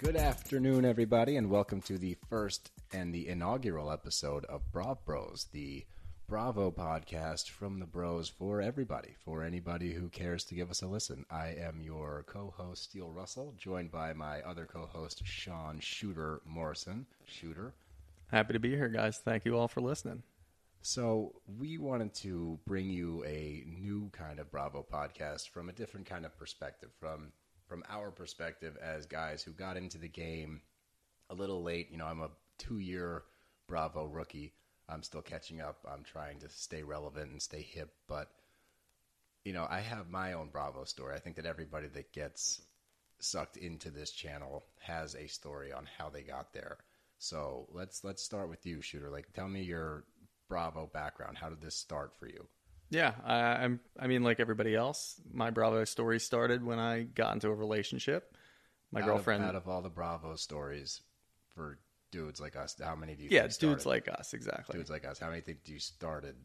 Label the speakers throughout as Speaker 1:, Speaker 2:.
Speaker 1: Good afternoon, everybody, and welcome to the first and the inaugural episode of Brav Bros, the Bravo podcast from the Bros for everybody, for anybody who cares to give us a listen. I am your co host, Steele Russell, joined by my other co host, Sean Shooter Morrison. Shooter.
Speaker 2: Happy to be here, guys. Thank you all for listening.
Speaker 1: So, we wanted to bring you a new kind of Bravo podcast from a different kind of perspective, from from our perspective as guys who got into the game a little late. You know, I'm a two year Bravo rookie. I'm still catching up. I'm trying to stay relevant and stay hip, but you know, I have my own Bravo story. I think that everybody that gets sucked into this channel has a story on how they got there. So let's let's start with you, Shooter. Like, tell me your Bravo background. How did this start for you?
Speaker 2: Yeah, I, I'm. I mean, like everybody else, my Bravo story started when I got into a relationship. My
Speaker 1: Out of-
Speaker 2: girlfriend.
Speaker 1: out of all the Bravo stories for dudes like us, how many do you?
Speaker 2: yeah,
Speaker 1: think
Speaker 2: it's dudes
Speaker 1: started-
Speaker 2: like us, exactly.
Speaker 1: dudes like us. How many think you started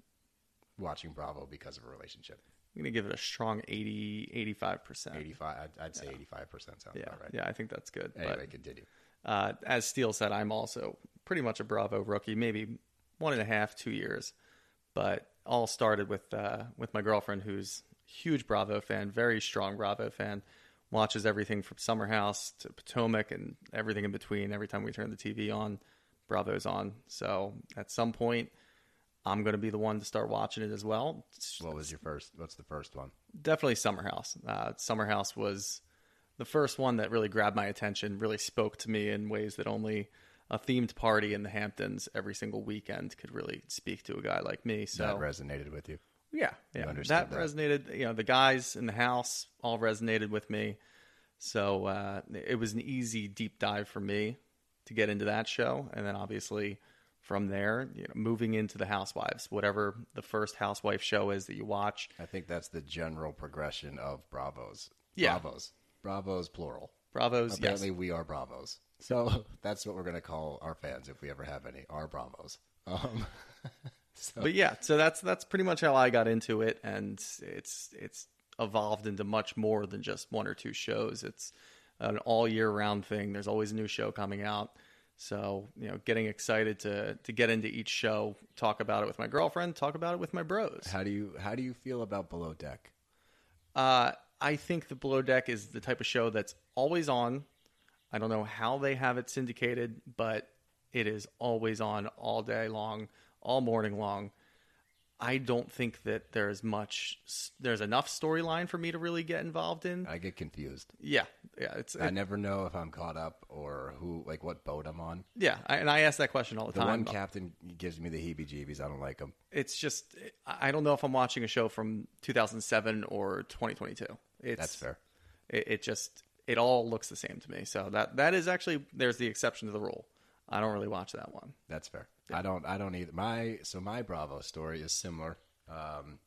Speaker 1: watching Bravo because of a relationship?
Speaker 2: I'm gonna give it a strong 80, 85 percent.
Speaker 1: Eighty-five. I'd, I'd say eighty-five percent sounds
Speaker 2: Uh, Yeah,
Speaker 1: about right.
Speaker 2: yeah, I think that's good.
Speaker 1: Anyway, continue.
Speaker 2: But uh, as Steele said, I'm also pretty much a Bravo rookie, maybe one and a half, two years, but all started with uh, with my girlfriend, who's a huge Bravo fan, very strong Bravo fan, watches everything from Summer House to Potomac and everything in between. Every time we turn the TV on, Bravo's on. So at some point, I'm going to be the one to start watching it as well. It's
Speaker 1: What was your first? What's the first one?
Speaker 2: definitely Summer House. Uh, Summer House was the first one that really grabbed my attention, really spoke to me in ways that only a themed party in the Hamptons every single weekend could really speak to a guy like me. So
Speaker 1: That resonated with you.
Speaker 2: yeah, yeah,
Speaker 1: understood
Speaker 2: that,
Speaker 1: that.
Speaker 2: resonated. You know, the guys in the house all resonated with me. So uh, it was an easy deep dive for me to get into that show, and then obviously from there, you know, moving into the Housewives, whatever the first Housewife show is that you watch.
Speaker 1: I think that's the general progression of Bravos.
Speaker 2: Yeah.
Speaker 1: Bravos. Bravos plural.
Speaker 2: Bravos, yes.
Speaker 1: Apparently, we are Bravos. So that's what we're going to call our fans if we ever have any. Our Bravos. Um, so
Speaker 2: but yeah, so that's that's pretty much how I got into it, and it's it's evolved into much more than just one or two shows. It's an all year round thing. There's always a new show coming out, so you know, getting excited to to get into each show, talk about it with my girlfriend, talk about it with my bros.
Speaker 1: how do you how do you feel about Below Deck?
Speaker 2: Uh, I think the Below Deck is the type of show that's always on. I don't know how they have it syndicated, but it is always on all day long, all morning long. I don't think that there's much, there's enough storyline for me to really get involved in.
Speaker 1: I get confused.
Speaker 2: Yeah, yeah, it's
Speaker 1: I never know if I'm caught up or who, like what boat I'm on.
Speaker 2: yeah, I, and I ask that question all the,
Speaker 1: The
Speaker 2: time.
Speaker 1: one captain gives me the heebie-jeebies. I don't like him.
Speaker 2: it's just, I I don't know if I'm watching a show from 2007 or 2022. It's,
Speaker 1: That's fair.
Speaker 2: it, it just it all looks the same to me. So that that is actually there's the exception to the rule. I don't really watch that one.
Speaker 1: That's fair. I don't. I don't either. My so my Bravo story is similar. Um,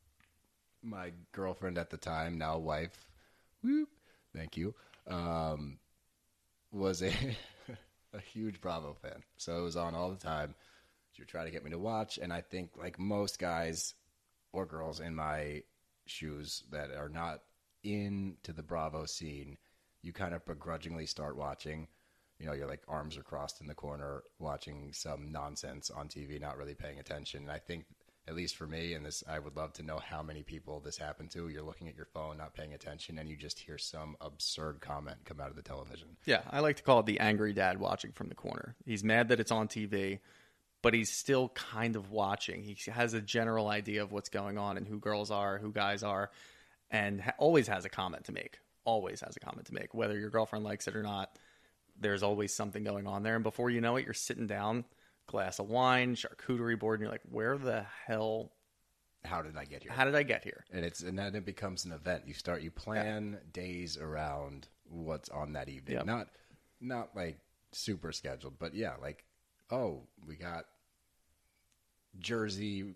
Speaker 1: my girlfriend at the time, now wife, whoop, thank you, um, was a a huge Bravo fan. So it was on all the time. She would try to get me to watch, and I think like most guys or girls in my shoes that are not into the Bravo scene, you kind of begrudgingly start watching. You know, you're like arms are crossed in the corner watching some nonsense on TV, not really paying attention. And I think, at least for me, and this, I would love to know how many people this happened to. You're looking at your phone, not paying attention, and you just hear some absurd comment come out of the television.
Speaker 2: Yeah, I like to call it the angry dad watching from the corner. He's mad that it's on TV, but he's still kind of watching. He has a general idea of what's going on and who girls are, who guys are, and ha- always has a comment to make. Always has a comment to make, whether your girlfriend likes it or not. There's always something going on there, and before you know it, you're sitting down, glass of wine, charcuterie board, and you're like, "Where the hell
Speaker 1: How did I get here?
Speaker 2: how did I get here?
Speaker 1: and it's and then it becomes an event. You start you plan days around what's on that evening.
Speaker 2: Yeah.
Speaker 1: Not not like super scheduled, but yeah, like oh, we got Jersey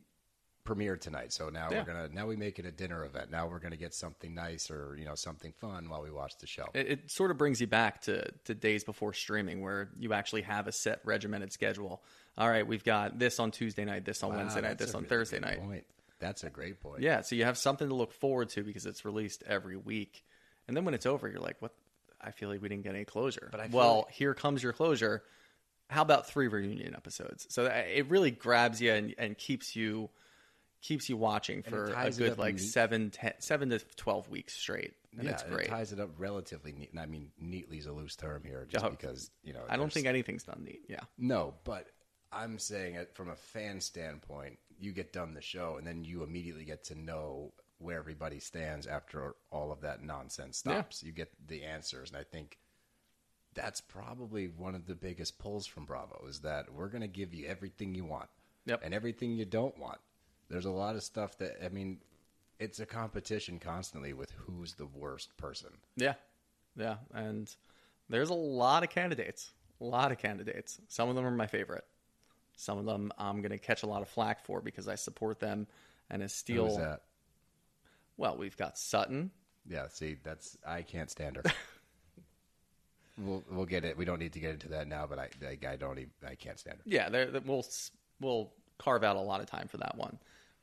Speaker 1: premiere tonight. So now
Speaker 2: Yeah.
Speaker 1: we're going to now we make it a dinner event. Now we're going to get something nice or, you know, something fun while we watch the show.
Speaker 2: It, it sort of brings you back to, to days before streaming where you actually have a set regimented schedule. All right, we've got this on Tuesday night, this on
Speaker 1: Wow,
Speaker 2: Wednesday night,
Speaker 1: Ah, that's
Speaker 2: this
Speaker 1: a
Speaker 2: on
Speaker 1: really
Speaker 2: Thursday
Speaker 1: good
Speaker 2: night.
Speaker 1: Point. That's a great point.
Speaker 2: Yeah, so you have something to look forward to because it's released every week. And then when it's over, you're like, what? I feel like we didn't get any closure.
Speaker 1: But I feel
Speaker 2: well, here comes your closure. How about three reunion episodes? So that- it really grabs you and, and keeps you keeps you watching
Speaker 1: it
Speaker 2: for a
Speaker 1: ties it up
Speaker 2: good like
Speaker 1: neat.
Speaker 2: seven, ten, seven to twelve weeks straight, and it's
Speaker 1: and
Speaker 2: great.
Speaker 1: It ties it up relatively neat. And I mean, neatly is a loose term here, just
Speaker 2: Oh,
Speaker 1: because you know.
Speaker 2: I don't
Speaker 1: there's-
Speaker 2: think anything's done neat. Yeah,
Speaker 1: No, but I'm saying it from a fan standpoint. You get done the show, and then you immediately get to know where everybody stands after all of that nonsense
Speaker 2: Yeah.
Speaker 1: stops. You get the answers, and I think that's probably one of the biggest pulls from Bravo is that we're going to give you everything you want
Speaker 2: Yep.
Speaker 1: and everything you don't want. There's a lot of stuff that I mean, it's a competition constantly with who's the worst person.
Speaker 2: yeah, yeah. And there's a lot of candidates, a lot of candidates. Some of them are my favorite. Some of them I'm going to catch a lot of flack for because I support them. And as Steele,
Speaker 1: Who's that?
Speaker 2: well, we've got Sutton.
Speaker 1: Yeah, see, that's I can't stand her. we'll we'll get it. We don't need to get into that now, but I I, I don't even I can't stand her.
Speaker 2: Yeah, there, there- we'll s- we'll carve out a lot of time for that one.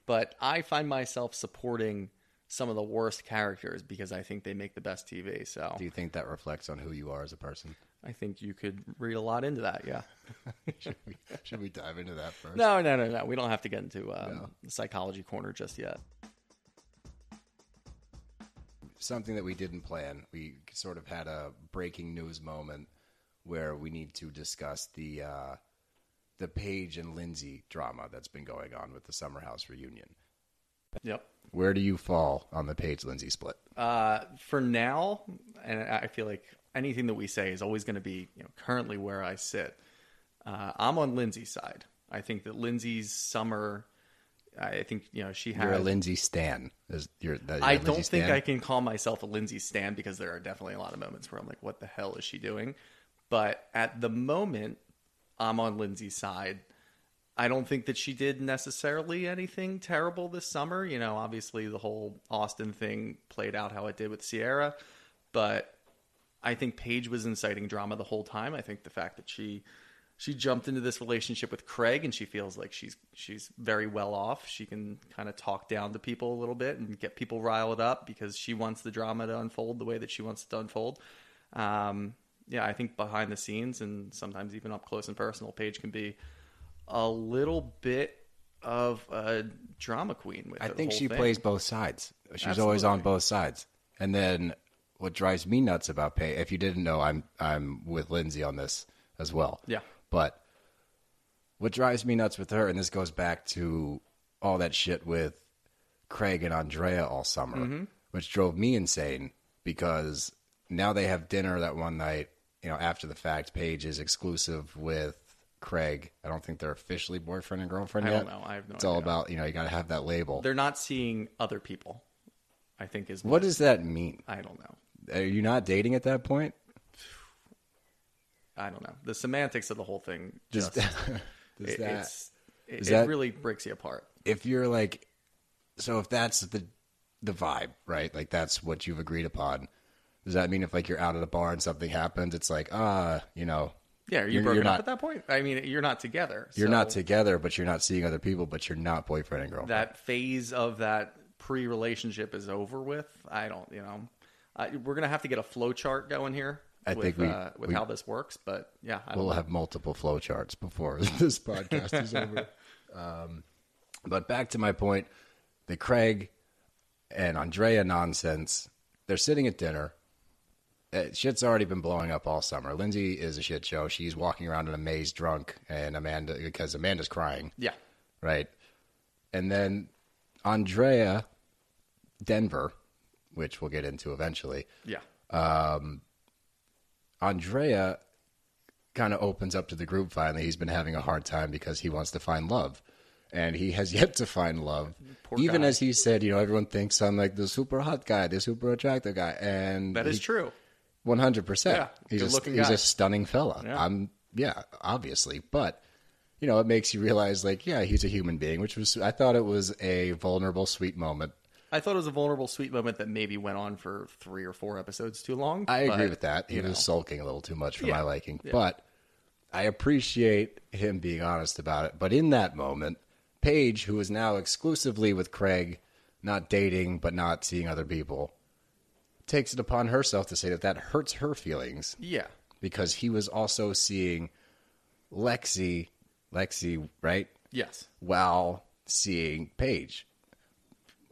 Speaker 2: But I find myself supporting some of the worst characters because I think they make the best TV. So
Speaker 1: Do you think that reflects on who you are as a person?
Speaker 2: I think you could read a lot into that. Yeah.
Speaker 1: should, we, should we dive into that first?
Speaker 2: No, no, no, no. We don't have to get into um, the psychology corner just yet.
Speaker 1: Something that we didn't plan. We sort of had a breaking news moment where we need to discuss the uh, the Paige and Lindsay drama that's been going on with the Summer House reunion.
Speaker 2: Yep.
Speaker 1: Where do you fall on the Paige Lindsay split?
Speaker 2: Uh, for now, and I feel like anything that we say is always going to be you know, currently where I sit. Uh, I'm on Lindsay's side. I think that Lindsay's summer. I think you know she
Speaker 1: You're a
Speaker 2: had
Speaker 1: Lindsay Stan. Is, you're, that, you're
Speaker 2: Uh,
Speaker 1: a
Speaker 2: I
Speaker 1: Lindsay
Speaker 2: don't think
Speaker 1: stan?
Speaker 2: I can call myself a Lindsay Stan because there are definitely a lot of moments where I'm like, what the hell is she doing? But at the moment, I'm on Lindsay's side. I don't think that she did necessarily anything terrible this summer. You know, obviously the whole Austin thing played out how it did with Sierra, but I think Paige was inciting drama the whole time. I think the fact that she she jumped into this relationship with Craig and she feels like she's she's very well off. She can kind of talk down to people a little bit and get people riled up because she wants the drama to unfold the way that she wants it to unfold. Um, yeah, I think behind the scenes and sometimes even up close and personal, Paige can be a little bit of a drama queen. With
Speaker 1: I
Speaker 2: her
Speaker 1: think
Speaker 2: whole
Speaker 1: she
Speaker 2: thing.
Speaker 1: plays both sides. She's always on
Speaker 2: Absolutely.
Speaker 1: both sides. And then what drives me nuts about Pay, if you didn't know, I'm I'm with Lindsay on this as well.
Speaker 2: Yeah.
Speaker 1: But what drives me nuts with her, and this goes back to all that shit with Craig and Andrea all summer,
Speaker 2: Mm-hmm.
Speaker 1: which drove me insane because now they have dinner that one night. You know, after the fact, Paige is exclusive with Craig. I don't think they're officially boyfriend and girlfriend
Speaker 2: I
Speaker 1: yet.
Speaker 2: don't know. I have no
Speaker 1: It's all
Speaker 2: idea.
Speaker 1: about you know you got to have that label.
Speaker 2: They're not seeing other people. I think is
Speaker 1: What does that mean?
Speaker 2: I don't know.
Speaker 1: Are you not dating at that point?
Speaker 2: I don't know. The semantics of the whole thing
Speaker 1: Does
Speaker 2: just
Speaker 1: that, does
Speaker 2: it,
Speaker 1: that-
Speaker 2: it's, it,
Speaker 1: is
Speaker 2: it
Speaker 1: that-
Speaker 2: really breaks you apart.
Speaker 1: if you're like so if that's the the vibe, right? Like that's what you've agreed upon. Does that mean if like you're out at a bar and something happens, it's like, ah, you know,
Speaker 2: Yeah, are you
Speaker 1: You're-
Speaker 2: broken
Speaker 1: you're
Speaker 2: up
Speaker 1: not-
Speaker 2: at that point? I mean, you're not together.
Speaker 1: you're
Speaker 2: so
Speaker 1: not together, but you're not seeing other people, but you're not boyfriend and girlfriend.
Speaker 2: that phase of that pre-relationship is over with. I don't, you know, I, we're gonna have to get a flow chart going here.
Speaker 1: I
Speaker 2: with,
Speaker 1: think we-
Speaker 2: uh, with
Speaker 1: we-
Speaker 2: how this works, but yeah, I don't
Speaker 1: we'll
Speaker 2: know.
Speaker 1: have multiple flowcharts before this podcast is over. Um, but back to my point, the Craig and Andrea nonsense. They're sitting at dinner. Uh, shit's already been blowing up all summer. Lindsay is a shit show. She's walking around in a maze drunk, and Amanda because Amanda's crying,
Speaker 2: yeah,
Speaker 1: right? And then Andrea Denver, which we'll get into eventually.
Speaker 2: yeah,
Speaker 1: Andrea kind of opens up to the group finally. He's been having a hard time because he wants to find love. And he has yet to find love.
Speaker 2: Poor
Speaker 1: Even
Speaker 2: guy.
Speaker 1: as he said, you know, everyone thinks I'm like the super hot guy, the super attractive guy. And
Speaker 2: that is true.
Speaker 1: one hundred
Speaker 2: Yeah,
Speaker 1: percent. He's a,
Speaker 2: good-looking
Speaker 1: he's
Speaker 2: guy.
Speaker 1: a stunning fella.
Speaker 2: Yeah.
Speaker 1: I'm yeah, obviously, but you know, it makes you realize like, yeah, he's a human being, which was I thought it was a vulnerable, sweet moment.
Speaker 2: I thought it was a vulnerable, sweet moment that maybe went on for three or four episodes too long.
Speaker 1: I agree
Speaker 2: but-
Speaker 1: with that. He was sulking a little too much for
Speaker 2: Yeah.
Speaker 1: my liking, but I appreciate him being honest about it. But in that moment, Paige, who is now exclusively with Craig, not dating but not seeing other people, takes it upon herself to say that that hurts her feelings
Speaker 2: Yeah.
Speaker 1: because he was also seeing Lexi, Lexi, right?
Speaker 2: Yes.
Speaker 1: While seeing Paige.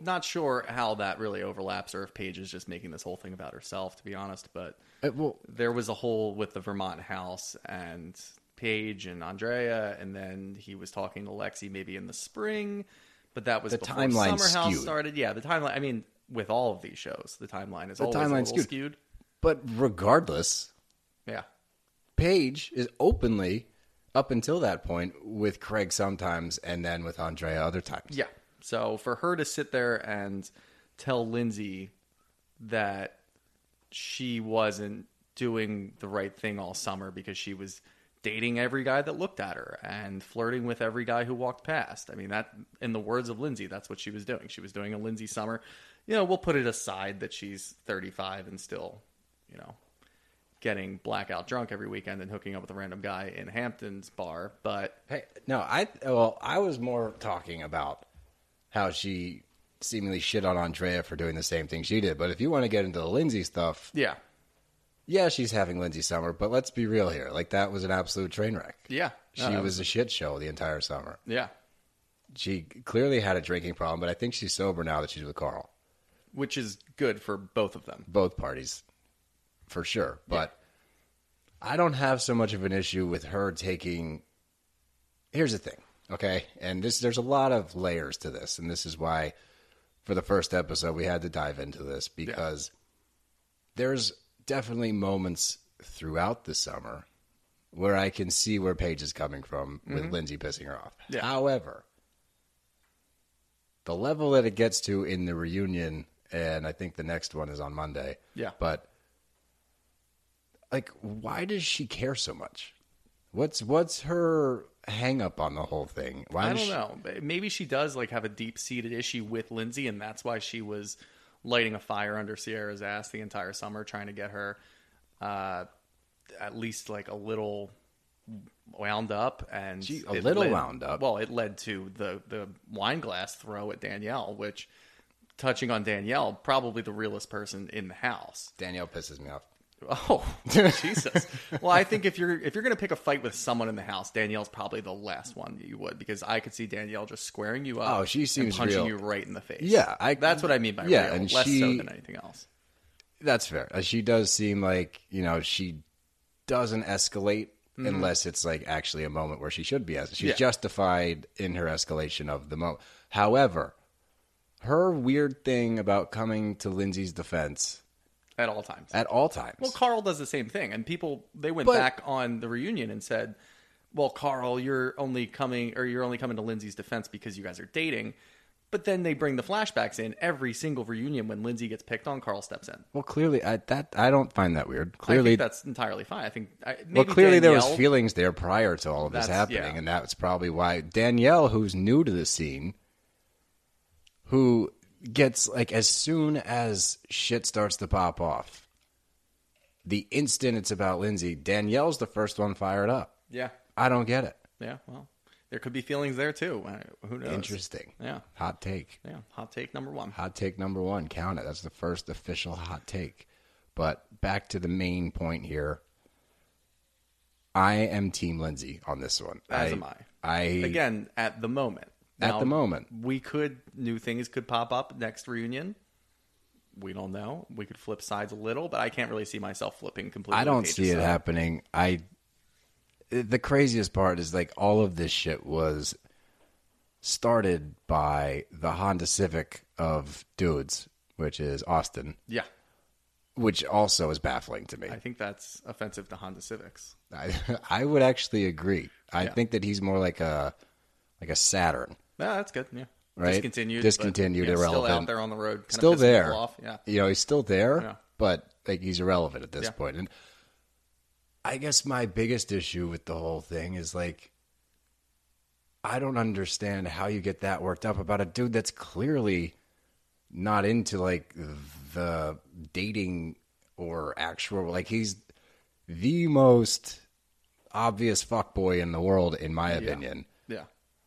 Speaker 2: Not sure how that really overlaps or if Paige is just making this whole thing about herself, to be honest, but
Speaker 1: Uh, well,
Speaker 2: there was a whole with the Vermont house and Paige and Andrea, and then he was talking to Lexi maybe in the spring, but that was
Speaker 1: The
Speaker 2: before
Speaker 1: timeline's
Speaker 2: Summer House
Speaker 1: skewed.
Speaker 2: started. Yeah, the timeline. I mean, with all of these shows, the timeline is always a
Speaker 1: timeline's
Speaker 2: little skewed.
Speaker 1: skewed. but regardless,
Speaker 2: Yeah,
Speaker 1: Paige is openly up until that point with Craig sometimes, and then with Andrea other times.
Speaker 2: yeah. So for her to sit there and tell Lindsay that she wasn't doing the right thing all summer because she was dating every guy that looked at her and flirting with every guy who walked past. I mean, that, in the words of Lindsay, that's what she was doing. She was doing a Lindsay summer. You know, we'll put it aside that she's 35 and still, you know, getting blackout drunk every weekend and hooking up with a random guy in Hampton's bar. But
Speaker 1: Hey, no, I well, I was more talking about how she seemingly shit on Andrea for doing the same thing she did. But if you want to get into the Lindsay stuff,
Speaker 2: yeah,
Speaker 1: yeah, she's having Lindsay summer, but let's be real here. Like that was an absolute train wreck.
Speaker 2: yeah.
Speaker 1: She
Speaker 2: No, that
Speaker 1: was a shit show the entire summer.
Speaker 2: yeah.
Speaker 1: She clearly had a drinking problem, but I think she's sober now that she's with Carl.
Speaker 2: Which is good for both of them.
Speaker 1: both parties for sure but i don't have so much of an issue with her taking here's the thing okay and this there's a lot of layers to this and this is why for the first episode we had to dive into this because there's definitely moments throughout the summer where i can see where paige is coming from with lindsay pissing her off
Speaker 2: Mm-hmm. Yeah.
Speaker 1: however the level that it gets to in the reunion, and I think the next one is on Monday.
Speaker 2: Yeah.
Speaker 1: But like, why does she care so much? What's what's her hang up on the whole thing? Why
Speaker 2: I
Speaker 1: does
Speaker 2: don't
Speaker 1: she-
Speaker 2: know. But Maybe she does like have a deep seated issue with Lindsay, and that's why she was lighting a fire under Sierra's ass the entire summer, trying to get her uh, at least like a little wound up and
Speaker 1: Gee, a
Speaker 2: it
Speaker 1: little wound up.
Speaker 2: Well, it led to the the wine glass throw at Danielle, which touching on Danielle, probably the realest person in the house.
Speaker 1: Danielle pisses me off.
Speaker 2: Oh Jesus! Well, I think if you're if you're gonna pick a fight with someone in the house, Danielle's probably the last one you would because I could see Danielle just squaring you up.
Speaker 1: Oh, she
Speaker 2: and
Speaker 1: seems
Speaker 2: punching
Speaker 1: real.
Speaker 2: you right in the face.
Speaker 1: Yeah, I-
Speaker 2: that's what I mean by
Speaker 1: yeah,
Speaker 2: real,
Speaker 1: and
Speaker 2: less so
Speaker 1: she-
Speaker 2: than anything else.
Speaker 1: That's fair. Uh, She does seem like you know she doesn't escalate unless it's like actually a moment where she should be. As she's
Speaker 2: Mm-hmm. Yeah.
Speaker 1: justified in her escalation of the moment. However, her weird thing about coming to Lindsay's defense
Speaker 2: At all times.
Speaker 1: at all times.
Speaker 2: Well, Carl does the same thing, and people they went
Speaker 1: But-
Speaker 2: back on the reunion and said, "Well, Carl, you're only coming or you're only coming to Lindsay's defense because you guys are dating." But then they bring the flashbacks in every single reunion when Lindsay gets picked on. Carl steps in.
Speaker 1: Well, clearly, I, that I don't find that weird.
Speaker 2: I
Speaker 1: Clearly,
Speaker 2: think that's entirely fine. I think I,
Speaker 1: well,
Speaker 2: maybe
Speaker 1: clearly there was
Speaker 2: Danielle-
Speaker 1: feelings there prior to all of this
Speaker 2: That's-
Speaker 1: happening,
Speaker 2: yeah.
Speaker 1: and that's probably why Danielle, who's new to the scene, who gets like as soon as shit starts to pop off, the instant it's about Lindsay, Danielle's the first one fired up.
Speaker 2: Yeah,
Speaker 1: I don't get it.
Speaker 2: yeah. Well, there could be feelings there too. Uh, Who knows?
Speaker 1: Interesting.
Speaker 2: Yeah,
Speaker 1: Hot take.
Speaker 2: yeah. Hot take number one.
Speaker 1: Hot take number one. Count it. That's the first official hot take. But back to the main point here. I am Team Lindsay on this one.
Speaker 2: As am I.
Speaker 1: I
Speaker 2: Again, at the moment.
Speaker 1: at
Speaker 2: Now,
Speaker 1: the moment.
Speaker 2: we could new things could pop up next reunion. We don't know. We could flip sides a little, but I can't really see myself flipping completely.
Speaker 1: I don't
Speaker 2: Paige's
Speaker 1: see it
Speaker 2: side.
Speaker 1: happening. I the craziest part is like all of this shit was started by the Honda Civic of dudes, which is Austin,
Speaker 2: Yeah,
Speaker 1: which also is baffling to me.
Speaker 2: I think that's offensive to Honda Civics.
Speaker 1: I, I would actually agree. I
Speaker 2: Yeah.
Speaker 1: think that he's more like a like a Saturn.
Speaker 2: No, that's good. Yeah,
Speaker 1: Right.
Speaker 2: Discontinued. but,
Speaker 1: Discontinued,
Speaker 2: yeah, Still out
Speaker 1: irrelevant.
Speaker 2: there on the road. Kind
Speaker 1: Still
Speaker 2: of pissing
Speaker 1: there.
Speaker 2: people Off. Yeah.
Speaker 1: You know, he's still there,
Speaker 2: Yeah.
Speaker 1: but like he's irrelevant at this
Speaker 2: Yeah.
Speaker 1: point. And I guess my biggest issue with the whole thing is like I don't understand how you get that worked up about a dude that's clearly not into like the dating or actual like he's the most obvious fuckboy in the world in my opinion
Speaker 2: Yeah.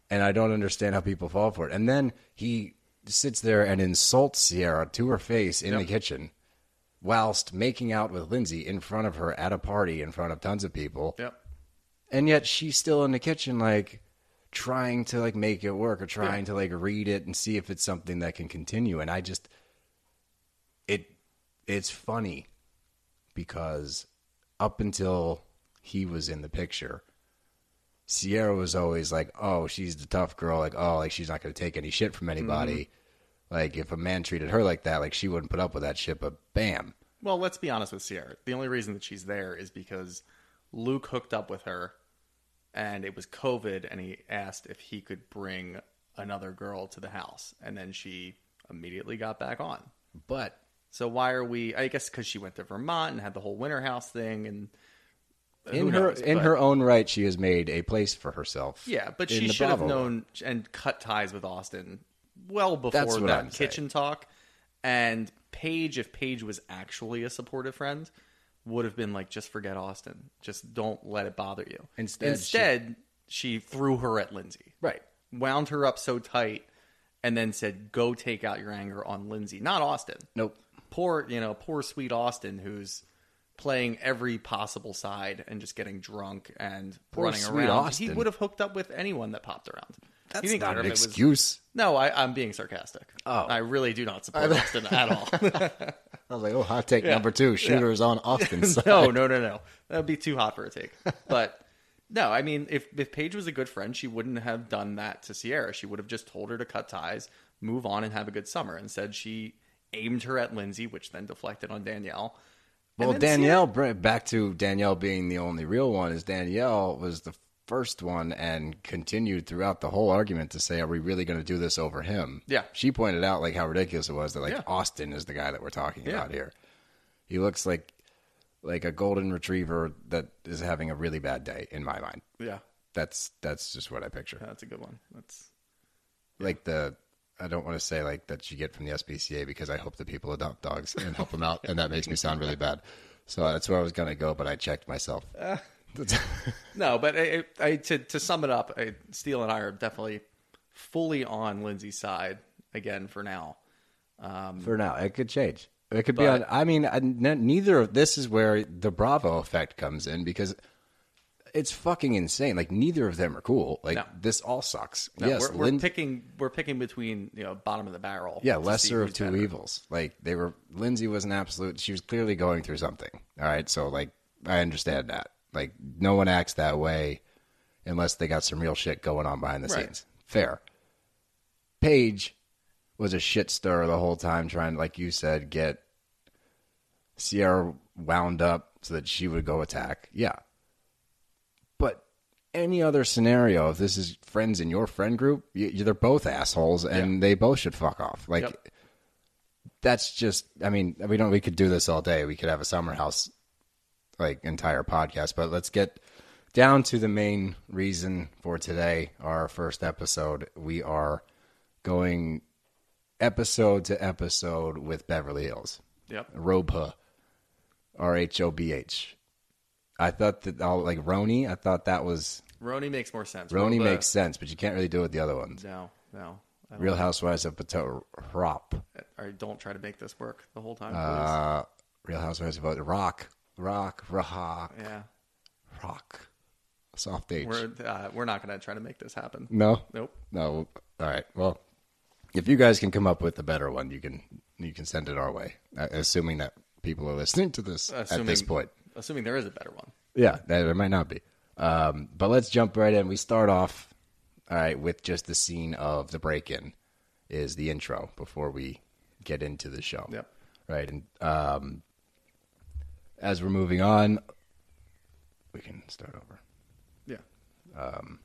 Speaker 1: and I don't understand how people fall for it. And then he sits there and insults Sierra to her face in the kitchen. whilst making out with Lindsay in front of her at a party in front of tons of people.
Speaker 2: Yep.
Speaker 1: And yet she's still in the kitchen, like trying to like make it work or trying to like read it and see if it's something that can continue. And I just, it, it's funny because up until he was in the picture, Sierra was always like, "Oh, she's the tough girl. Like, oh, like she's not going to take any shit from anybody.
Speaker 2: Mm-hmm.
Speaker 1: Like, if a man treated her like that, like she wouldn't put up with that shit." But bam,
Speaker 2: Well, let's be honest with Sierra. The only reason that she's there is because Luke hooked up with her and it was COVID and he asked if he could bring another girl to the house. And then she immediately got back on.
Speaker 1: but
Speaker 2: So why are we? I guess because she went to Vermont and had the whole winter house thing and.
Speaker 1: in
Speaker 2: who
Speaker 1: her
Speaker 2: knows,
Speaker 1: in
Speaker 2: but-
Speaker 1: her own right, she has made a place for herself.
Speaker 2: Yeah, but
Speaker 1: in
Speaker 2: she
Speaker 1: the
Speaker 2: should have
Speaker 1: Bravo world.
Speaker 2: known and cut ties with Austin well
Speaker 1: That's
Speaker 2: before
Speaker 1: what
Speaker 2: that
Speaker 1: I'm saying.
Speaker 2: kitchen talk. And Paige, if Paige was actually a supportive friend, would have been like, just forget Austin. Just don't let it bother you.
Speaker 1: Instead, she-
Speaker 2: Instead, she threw her at Lindsay.
Speaker 1: Right.
Speaker 2: Wound her up so tight and then said, go take out your anger on Lindsay, not Austin.
Speaker 1: Nope.
Speaker 2: Poor, you know, poor sweet Austin who's playing every possible side and just getting drunk and
Speaker 1: Poor
Speaker 2: running
Speaker 1: sweet
Speaker 2: around. He
Speaker 1: Austin.
Speaker 2: would have hooked up with anyone that popped around. He
Speaker 1: That's
Speaker 2: didn't
Speaker 1: not
Speaker 2: care
Speaker 1: an
Speaker 2: if it was-
Speaker 1: excuse.
Speaker 2: No, I, I'm being sarcastic.
Speaker 1: Oh.
Speaker 2: I really do not support Austin at all.
Speaker 1: I was like, "Oh, hot take number two. Shooter is on Austin's side."
Speaker 2: no, no, no, no. That would be too hot for a take. But no, I mean, if if Paige was a good friend, she wouldn't have done that to Sierra. She would have just told her to cut ties, move on, and have a good summer. Instead, she aimed her at Lindsay, which then deflected on Danielle. And
Speaker 1: Well,
Speaker 2: then Sierra-
Speaker 1: Danielle, br- back to Danielle being the only real one, is Danielle was the first one and continued throughout the whole argument to say, Are we really going to do this over him?
Speaker 2: Yeah.
Speaker 1: She pointed out, like, how ridiculous it was that, like,
Speaker 2: Yeah.
Speaker 1: Austin is the guy that we're talking
Speaker 2: Yeah.
Speaker 1: about here. He looks like like a golden retriever that is having a really bad day in my mind.
Speaker 2: yeah,
Speaker 1: That's that's just what I picture.
Speaker 2: that's a good one. That's
Speaker 1: Like the I don't want to say like that you get from the SPCA because I hope the people adopt dogs and help them out, and that makes me sound really bad. So that's where I was gonna go, but I checked myself.
Speaker 2: no, but I, I, I to to sum it up, I, Steele and I are definitely fully on Lindsay's side again for now.
Speaker 1: For now, it could change. It could be
Speaker 2: But-
Speaker 1: on. I mean, I, n- neither of this is where the Bravo effect comes in because it's fucking insane. Like neither of them are cool. Like
Speaker 2: No.
Speaker 1: this all sucks.
Speaker 2: No,
Speaker 1: yes,
Speaker 2: we're, we're
Speaker 1: Lin-
Speaker 2: picking we're picking between you know bottom of the barrel.
Speaker 1: yeah,
Speaker 2: to see
Speaker 1: lesser of
Speaker 2: who's
Speaker 1: two
Speaker 2: better.
Speaker 1: evils. Like they were. Lindsay was an absolute. She was clearly going through something. All right, so like I understand that. Like no one acts that way unless they got some real shit going on behind the
Speaker 2: Right.
Speaker 1: scenes. Fair. Paige was a shit stirrer the whole time, trying, like you said, get Sierra wound up so that she would go attack. Yeah. But any other scenario, if this is friends in your friend group, you, you- they're both assholes and they both should fuck off. Like,
Speaker 2: Yep.
Speaker 1: that's just, I mean, we don't, we could do this all day. We could have a summer house, like, entire podcast, but let's get down to the main reason for today, our first episode. We are going episode to episode with Beverly Hills.
Speaker 2: Yep.
Speaker 1: Robha. R H O B H. I thought that oh, like Roni, I thought that was
Speaker 2: Roni makes more sense.
Speaker 1: Roni
Speaker 2: Roba-
Speaker 1: makes sense, but you can't really do it with the other ones.
Speaker 2: no, no. I don't,
Speaker 1: Real Housewives of Pato Rop.
Speaker 2: I don't try to make this work the whole time.
Speaker 1: Uh Real Housewives of Pato Rock. Rock. Rock.
Speaker 2: please. yeah,
Speaker 1: Rock. Soft H.
Speaker 2: we're uh, we're not gonna try to make this happen.
Speaker 1: No?
Speaker 2: Nope.
Speaker 1: No. All right. Well, if you guys can come up with a better one, you can you can send it our way. uh, Assuming that people are listening to this at this
Speaker 2: Assuming-
Speaker 1: point.
Speaker 2: Assuming there is a better one.
Speaker 1: Yeah, that it might not be. Um, but let's jump right in. We start off, all right, with just the scene of the break in, is the intro before we get into the show.
Speaker 2: Yep.
Speaker 1: Right. And um, as we're moving on, we can start over.
Speaker 2: Yeah. Um.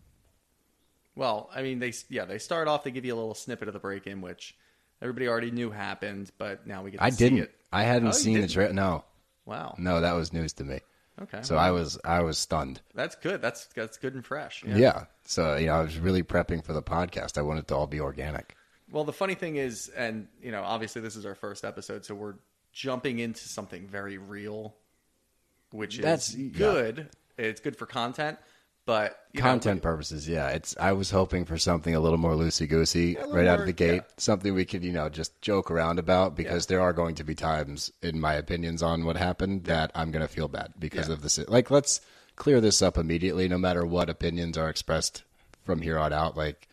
Speaker 2: Well, I mean, they yeah they start off. They give you a little snippet of the break in, which everybody already knew happened, but now we get. To
Speaker 1: I
Speaker 2: see
Speaker 1: didn't.
Speaker 2: It.
Speaker 1: I hadn't
Speaker 2: Oh, you
Speaker 1: seen the
Speaker 2: didn't?
Speaker 1: tra No,
Speaker 2: Wow.
Speaker 1: no, that was news to me.
Speaker 2: Okay.
Speaker 1: So I was I was stunned.
Speaker 2: that's good. That's that's good and fresh.
Speaker 1: Yeah. So you know, I was really prepping for the podcast. I wanted it to all be organic.
Speaker 2: Well, the funny thing is, and you know, obviously this is our first episode, so we're jumping into something very real, which is
Speaker 1: That's- yeah.
Speaker 2: good. It's good for content, But you know,
Speaker 1: Content purposes, yeah. It's I was hoping for something a little more loosey goosey
Speaker 2: little
Speaker 1: right out
Speaker 2: more-
Speaker 1: of the gate, something we could you know just joke around about because there are going to be times, in my opinions, on what happened that I'm going to feel bad because of this. Like, let's clear this up immediately, no matter what opinions are expressed from here on out. Like,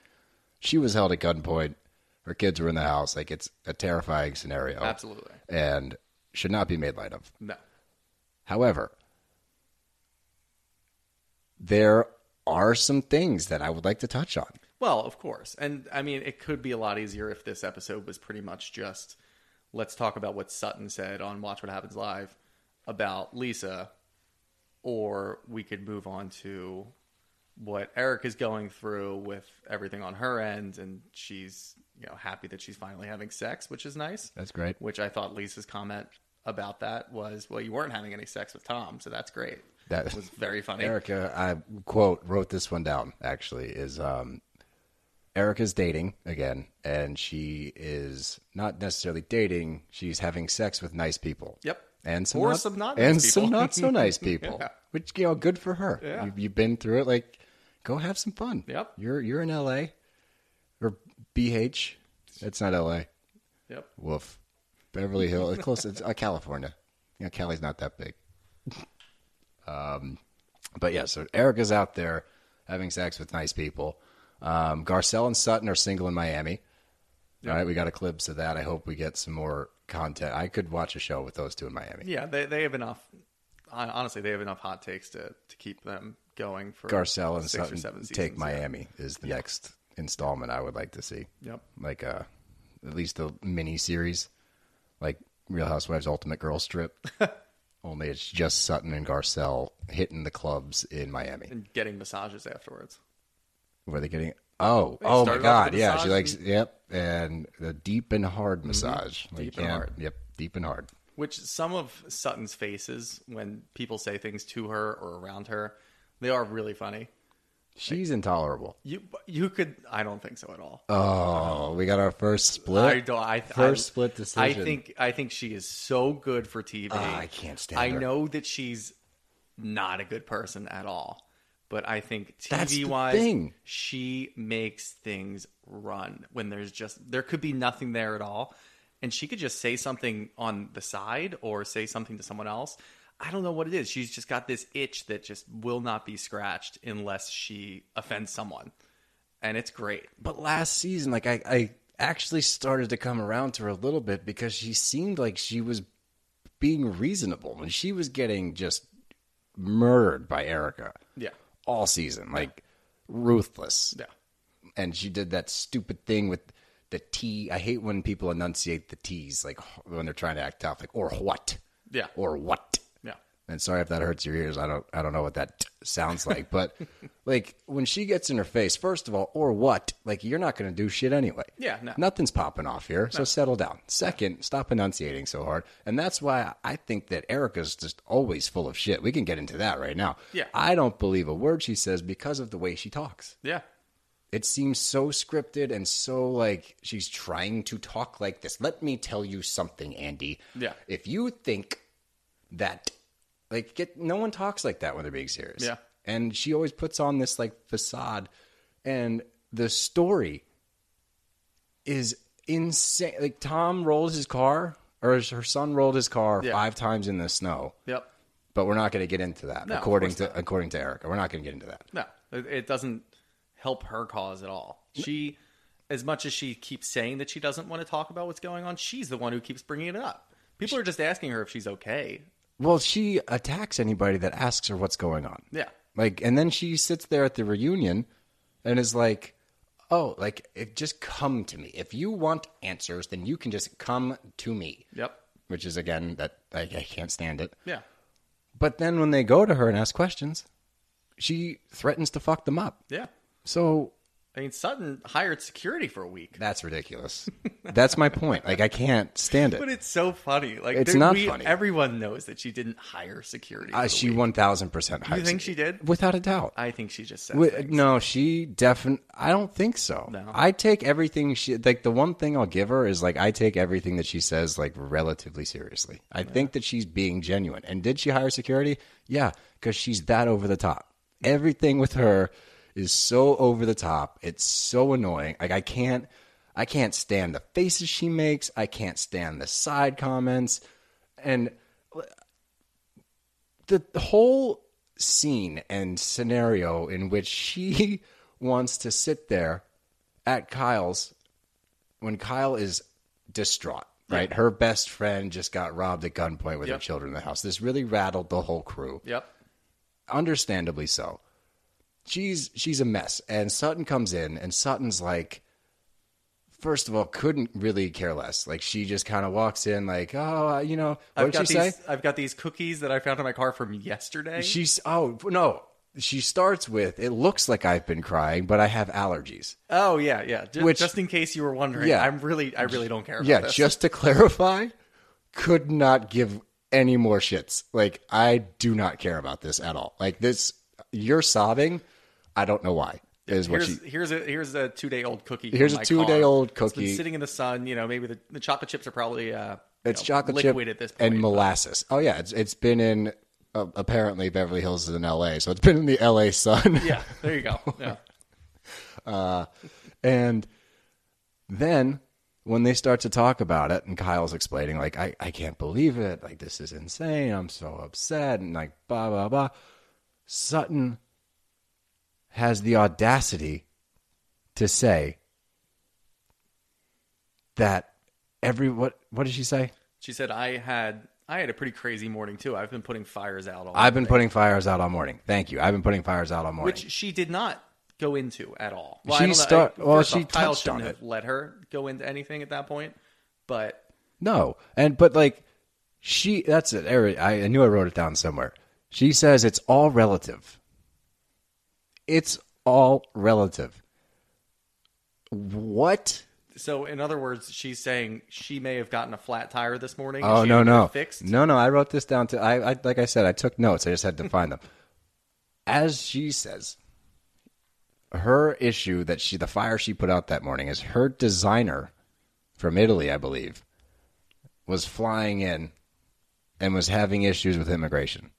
Speaker 1: she was held at gunpoint, her kids were in the house. Like, it's a terrifying scenario,
Speaker 2: absolutely
Speaker 1: and should not be made light of.
Speaker 2: no.
Speaker 1: However, there are some things that I would like to touch on.
Speaker 2: Well, of course, and I mean it could be a lot easier if this episode was pretty much just let's talk about what Sutton said on Watch What Happens Live about Lisa, or we could move on to what Eric is going through with everything on her end, and she's you know happy that she's finally having sex, which is nice.
Speaker 1: That's great.
Speaker 2: which I thought Lisa's comment about that was, "Well, you weren't having any sex with Tom, so that's great."
Speaker 1: That
Speaker 2: was very funny.
Speaker 1: Erica, I quote wrote this one down. Actually, is um, Erica's dating again, and she is not necessarily dating. She's having sex with nice people.
Speaker 2: Yep.
Speaker 1: and some
Speaker 2: Or
Speaker 1: not,
Speaker 2: some not
Speaker 1: and
Speaker 2: nice
Speaker 1: some
Speaker 2: people.
Speaker 1: not so nice people.
Speaker 2: Yeah.
Speaker 1: Which you know, good for her.
Speaker 2: Yeah.
Speaker 1: You, you've been through it. Like, go have some fun.
Speaker 2: Yep.
Speaker 1: You're you're in L.A. or BH. That's not L.A.
Speaker 2: Yep.
Speaker 1: Woof. Beverly Hill. It's close. It's uh, California. You know, Cali's not that big. Um, but yeah, so Erica's out there having sex with nice people. Um, Garcelle and Sutton are single in Miami. All right, we got a clips of that. I hope we get some more content. I could watch a show with those two in Miami.
Speaker 2: Yeah, they they have enough. hon- Honestly, they have enough hot takes to to keep them going for
Speaker 1: Garcelle and
Speaker 2: six
Speaker 1: Sutton
Speaker 2: or seven seasons.
Speaker 1: take
Speaker 2: yeah.
Speaker 1: Miami is the next installment I would like to see.
Speaker 2: Yep.
Speaker 1: Like uh at least a mini series, like Real Housewives Ultimate Girl Strip. Only it's just Sutton and Garcelle hitting the clubs in Miami.
Speaker 2: and getting massages afterwards.
Speaker 1: Where they getting oh oh my
Speaker 2: started off
Speaker 1: god
Speaker 2: with a
Speaker 1: yeah she
Speaker 2: massage Mm-hmm.
Speaker 1: likes yep and the deep and hard massage Like,
Speaker 2: Deep and
Speaker 1: yeah,
Speaker 2: hard.
Speaker 1: yep deep and hard
Speaker 2: Which some of Sutton's faces when people say things to her or around her, they are really funny.
Speaker 1: she's intolerable
Speaker 2: You you could I don't think so at all.
Speaker 1: oh we got our first split
Speaker 2: I don't. I
Speaker 1: First
Speaker 2: I-
Speaker 1: split decision.
Speaker 2: I think. I think she is so good for TV.
Speaker 1: Ah, I can't stand
Speaker 2: I
Speaker 1: her.
Speaker 2: know that she's not a good person at all, but I think TV
Speaker 1: That's the
Speaker 2: wise,
Speaker 1: thing.
Speaker 2: she makes things run when there's just there could be nothing there at all, and she could just say something on the side or say something to someone else. I don't know what it is. She's just got this itch that just will not be scratched unless she offends someone, and it's great.
Speaker 1: but last season, like I, I actually started to come around to her a little bit because she seemed like she was being reasonable when she was getting just murdered by Erica
Speaker 2: Yeah,
Speaker 1: all season, like ruthless.
Speaker 2: yeah.
Speaker 1: And she did that stupid thing with the T. I hate when people enunciate the T's, like when they're trying to act tough, like or what,
Speaker 2: Yeah.
Speaker 1: or what.
Speaker 2: Yeah.
Speaker 1: And sorry if that hurts your ears. I don't I don't know what that t- sounds like, but like when she gets in her face, first of all, or what? Like you're not going to do shit anyway.
Speaker 2: Yeah, no.
Speaker 1: Nothing's popping off here. So settle down. Second, stop enunciating so hard. And that's why I think that Erica's just always full of shit. We can get into that right now.
Speaker 2: Yeah.
Speaker 1: I don't believe a word she says because of the way she talks.
Speaker 2: Yeah.
Speaker 1: It seems so scripted and so like she's trying to talk like this. Let me tell you something, Andy.
Speaker 2: Yeah.
Speaker 1: If you think that, like, get no one talks like that when they're being serious.
Speaker 2: Yeah.
Speaker 1: And she always puts on this like facade, and the story is insane. Like Tom rolls his car, or his- her son rolled his car
Speaker 2: Yeah.
Speaker 1: five times in the snow.
Speaker 2: Yep.
Speaker 1: But we're not going to get into that,
Speaker 2: No, of
Speaker 1: according
Speaker 2: course
Speaker 1: to according to Erica. We're not going to get into that.
Speaker 2: No, it, it doesn't help her cause at all.
Speaker 1: Mm.
Speaker 2: She, as much as she keeps saying that she doesn't want to talk about what's going on, she's the one who keeps bringing it up. People are just asking her if she's okay.
Speaker 1: Well, she attacks anybody that asks her what's going on.
Speaker 2: Yeah.
Speaker 1: Like, and then she sits there at the reunion and is like, oh, like, if just come to me. If you want answers, then you can just come to me.
Speaker 2: Yep.
Speaker 1: Which is, again, that I, I can't stand it.
Speaker 2: Yeah.
Speaker 1: But then when they go to her and ask questions, she threatens to fuck them up.
Speaker 2: Yeah.
Speaker 1: So
Speaker 2: I mean, Sutton hired security for a week,
Speaker 1: that's ridiculous. that's my point. Like, I can't stand
Speaker 2: but
Speaker 1: it.
Speaker 2: it's so funny. Like,
Speaker 1: It's
Speaker 2: there-
Speaker 1: not
Speaker 2: we-
Speaker 1: funny.
Speaker 2: Everyone knows that she didn't hire security. for
Speaker 1: Uh,
Speaker 2: a
Speaker 1: she
Speaker 2: week.
Speaker 1: 1000%
Speaker 2: You
Speaker 1: hires
Speaker 2: think
Speaker 1: it.
Speaker 2: she did?
Speaker 1: Without a doubt.
Speaker 2: I think she just said.
Speaker 1: Wi-
Speaker 2: things.
Speaker 1: no, she definitely. I don't think so.
Speaker 2: No.
Speaker 1: I take everything she like. The one thing I'll give her is like I take everything that she says like relatively seriously. I think that she's being genuine. And did she hire security? Yeah, because she's that over the top. everything with her is so over the top. It's so annoying. Like I can't I can't stand the faces she makes. I can't stand the side comments and the the whole scene and scenario in which she wants to sit there at Kyle's when Kyle is distraught, right? Her best friend just got robbed at gunpoint with
Speaker 2: Yep.
Speaker 1: her children in the house. This really rattled the whole crew
Speaker 2: Yep.
Speaker 1: understandably so. She's she's a mess, and Sutton comes in, and Sutton's like, first of all, couldn't really care less. Like she just kind of walks in, like, oh, uh, you know,
Speaker 2: I've
Speaker 1: what did
Speaker 2: got
Speaker 1: she
Speaker 2: these.
Speaker 1: say?
Speaker 2: I've got these cookies that I found in my car from yesterday.
Speaker 1: She's oh no, she starts with, it looks like I've been crying, but I have allergies.
Speaker 2: oh yeah, yeah. Just,
Speaker 1: Which-
Speaker 2: just in case you were wondering,
Speaker 1: Yeah.
Speaker 2: I'm really, I really don't care. About
Speaker 1: yeah,
Speaker 2: this.
Speaker 1: just to clarify, could not give any more shits. Like I do not care about this at all. Like this, you're sobbing. I don't know why. Is what
Speaker 2: here's
Speaker 1: she
Speaker 2: here's a here's a two day old cookie.
Speaker 1: Here's
Speaker 2: from
Speaker 1: a
Speaker 2: my
Speaker 1: two-day-old
Speaker 2: car. It's been
Speaker 1: cookie.
Speaker 2: sitting in the sun. You know, maybe the, the chocolate chips are probably uh, you
Speaker 1: It's
Speaker 2: know,
Speaker 1: chocolate chip
Speaker 2: liquid at this point.
Speaker 1: and molasses. Oh yeah, it's it's been in uh, apparently Beverly Hills is in L.A., so it's been in the L.A. sun.
Speaker 2: yeah, there you go. Yeah.
Speaker 1: and then when they start to talk about it, and Kyle's explaining like I I can't believe it, like this is insane, I'm so upset, and like blah blah blah. Sutton has the audacity to say that every what what did she say?
Speaker 2: She said, "I had I had a pretty crazy morning too. I've been putting fires out all,
Speaker 1: I've been putting fires out all morning. Thank you. I've been putting fires out all morning.
Speaker 2: which she did not go into at all. Well,
Speaker 1: She
Speaker 2: I don't know.
Speaker 1: start-
Speaker 2: I-
Speaker 1: well,
Speaker 2: first
Speaker 1: she
Speaker 2: off, Kyle
Speaker 1: touched on
Speaker 2: shouldn't have let her go into anything at that point. But
Speaker 1: No, and but like she, that's it. Eric, I, I knew I wrote it down somewhere. She says it's all relative. It's all relative. What?
Speaker 2: so, in other words, she's saying she may have gotten a flat tire this morning. and
Speaker 1: Oh
Speaker 2: she
Speaker 1: no
Speaker 2: didn't get it
Speaker 1: no
Speaker 2: fixed.
Speaker 1: no no! I wrote this down to I, I like I said I took notes. I just had to find them. As she says, her issue that she the fire she put out that morning is her designer from Italy, I believe, was flying in and was having issues with immigration.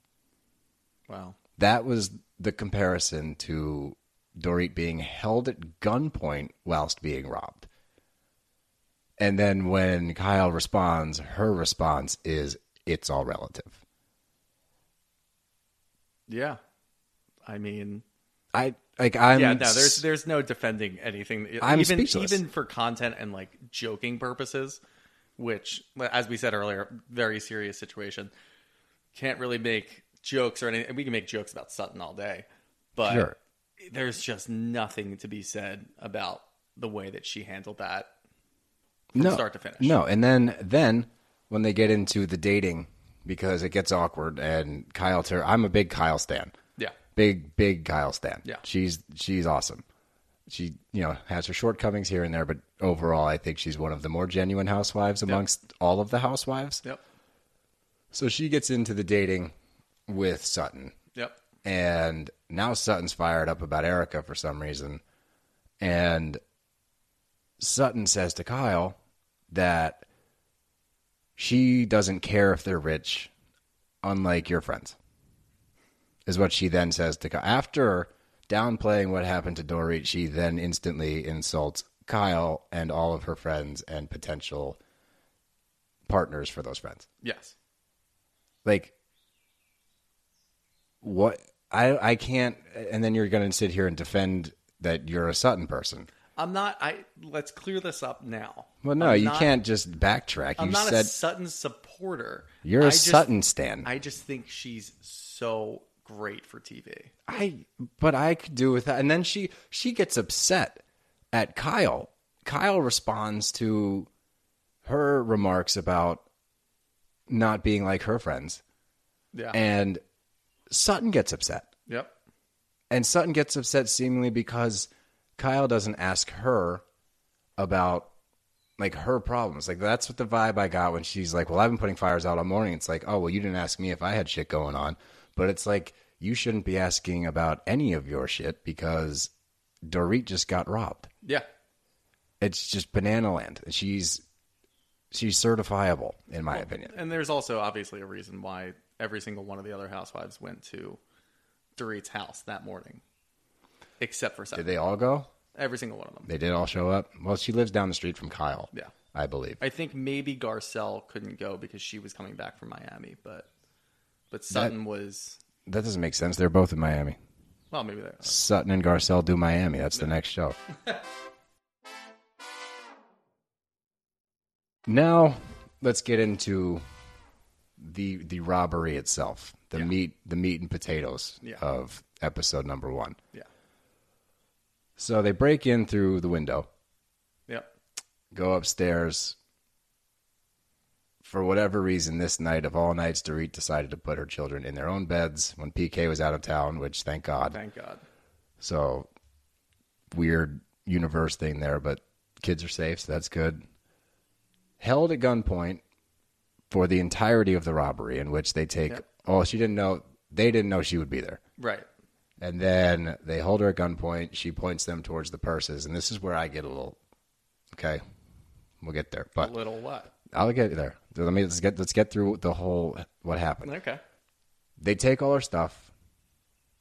Speaker 2: Wow.
Speaker 1: That was the comparison to Dorit being held at gunpoint whilst being robbed. And then when Kyle responds, her response is, it's all relative.
Speaker 2: Yeah. I mean,
Speaker 1: I, like, I'm,
Speaker 2: yeah, no, there's there's no defending anything. E-,
Speaker 1: I'm
Speaker 2: even
Speaker 1: speechless.
Speaker 2: even for content and like joking purposes, which as we said earlier, very serious situation. Can't really make jokes or anything. We can make jokes about Sutton all day, but
Speaker 1: Sure.
Speaker 2: there's just nothing to be said about the way that she handled that from
Speaker 1: no,
Speaker 2: start to finish.
Speaker 1: No. And then, then when they get into the dating, because it gets awkward and Kyle, ter- I'm a big Kyle stan.
Speaker 2: Yeah.
Speaker 1: big big Kyle Stan.
Speaker 2: Yeah.
Speaker 1: she's she's awesome. She you know has her shortcomings here and there, but overall, I think she's one of the more genuine housewives amongst all of the housewives.
Speaker 2: Yep.
Speaker 1: So she gets into the dating with Sutton,
Speaker 2: Yep.
Speaker 1: and now Sutton's fired up about Erica for some reason, and Sutton says to Kyle that she doesn't care if they're rich, unlike your friends. Is what she then says to Kyle. After downplaying what happened to Dorit, she then instantly insults Kyle and all of her friends and potential partners for those friends
Speaker 2: Yes.
Speaker 1: like what i i can't and then you're gonna sit here and defend that you're a sutton person
Speaker 2: I'm not. I let's clear this up now.
Speaker 1: well no
Speaker 2: I'm
Speaker 1: you
Speaker 2: not-
Speaker 1: can't just backtrack
Speaker 2: I'm
Speaker 1: you
Speaker 2: not a
Speaker 1: said
Speaker 2: Sutton supporter.
Speaker 1: you're
Speaker 2: I
Speaker 1: a
Speaker 2: just-
Speaker 1: sutton stan I,
Speaker 2: I just think she's so great for TV.
Speaker 1: but i could do with that and then she she gets upset at kyle kyle responds to her remarks about not being like her friends
Speaker 2: Yeah.
Speaker 1: and sutton gets upset
Speaker 2: yep.
Speaker 1: And Sutton gets upset seemingly because Kyle doesn't ask her about like her problems. Like that's what the vibe I got when she's like, "Well, I've been putting fires out all morning." It's like, "Oh, well, you didn't ask me if I had shit going on." But it's like you shouldn't be asking about any of your shit because Dorit just got robbed.
Speaker 2: Yeah.
Speaker 1: It's just banana land. She's she's certifiable in my opinion.
Speaker 2: And there's also obviously a reason why every single one of the other housewives went to Dorit's house that morning, except for
Speaker 1: Did
Speaker 2: seven.
Speaker 1: they all go?
Speaker 2: Every single one of them.
Speaker 1: They did all show up. Well, she lives down the street from Kyle.
Speaker 2: Yeah.
Speaker 1: I believe.
Speaker 2: I think maybe Garcelle couldn't go because she was coming back from Miami, but but Sutton was
Speaker 1: That doesn't make sense. They're both in Miami.
Speaker 2: well, maybe that.
Speaker 1: Sutton and Garcelle do Miami. That's the next show. now let's get into the the robbery itself, the
Speaker 2: Yeah.
Speaker 1: meat, the meat and potatoes
Speaker 2: Yeah.
Speaker 1: of episode number one.
Speaker 2: Yeah.
Speaker 1: So they break in through the window,
Speaker 2: Yep.
Speaker 1: go upstairs. For whatever reason, this night of all nights, Dorit decided to put her children in their own beds when PK was out of town, which thank God.
Speaker 2: Thank God.
Speaker 1: So weird universe thing there, but kids are safe, so that's good. Held at gunpoint for the entirety of the robbery, in which they take.
Speaker 2: Yeah.
Speaker 1: Oh, she didn't know. They didn't know she would be there.
Speaker 2: Right.
Speaker 1: And then they hold her at gunpoint. She points them towards the purses, and this is where I get a little. Okay, we'll get there,
Speaker 2: A
Speaker 1: but
Speaker 2: little what?
Speaker 1: I'll get there. Let me let's get let's get through the whole what happened.
Speaker 2: Okay.
Speaker 1: They take all her stuff.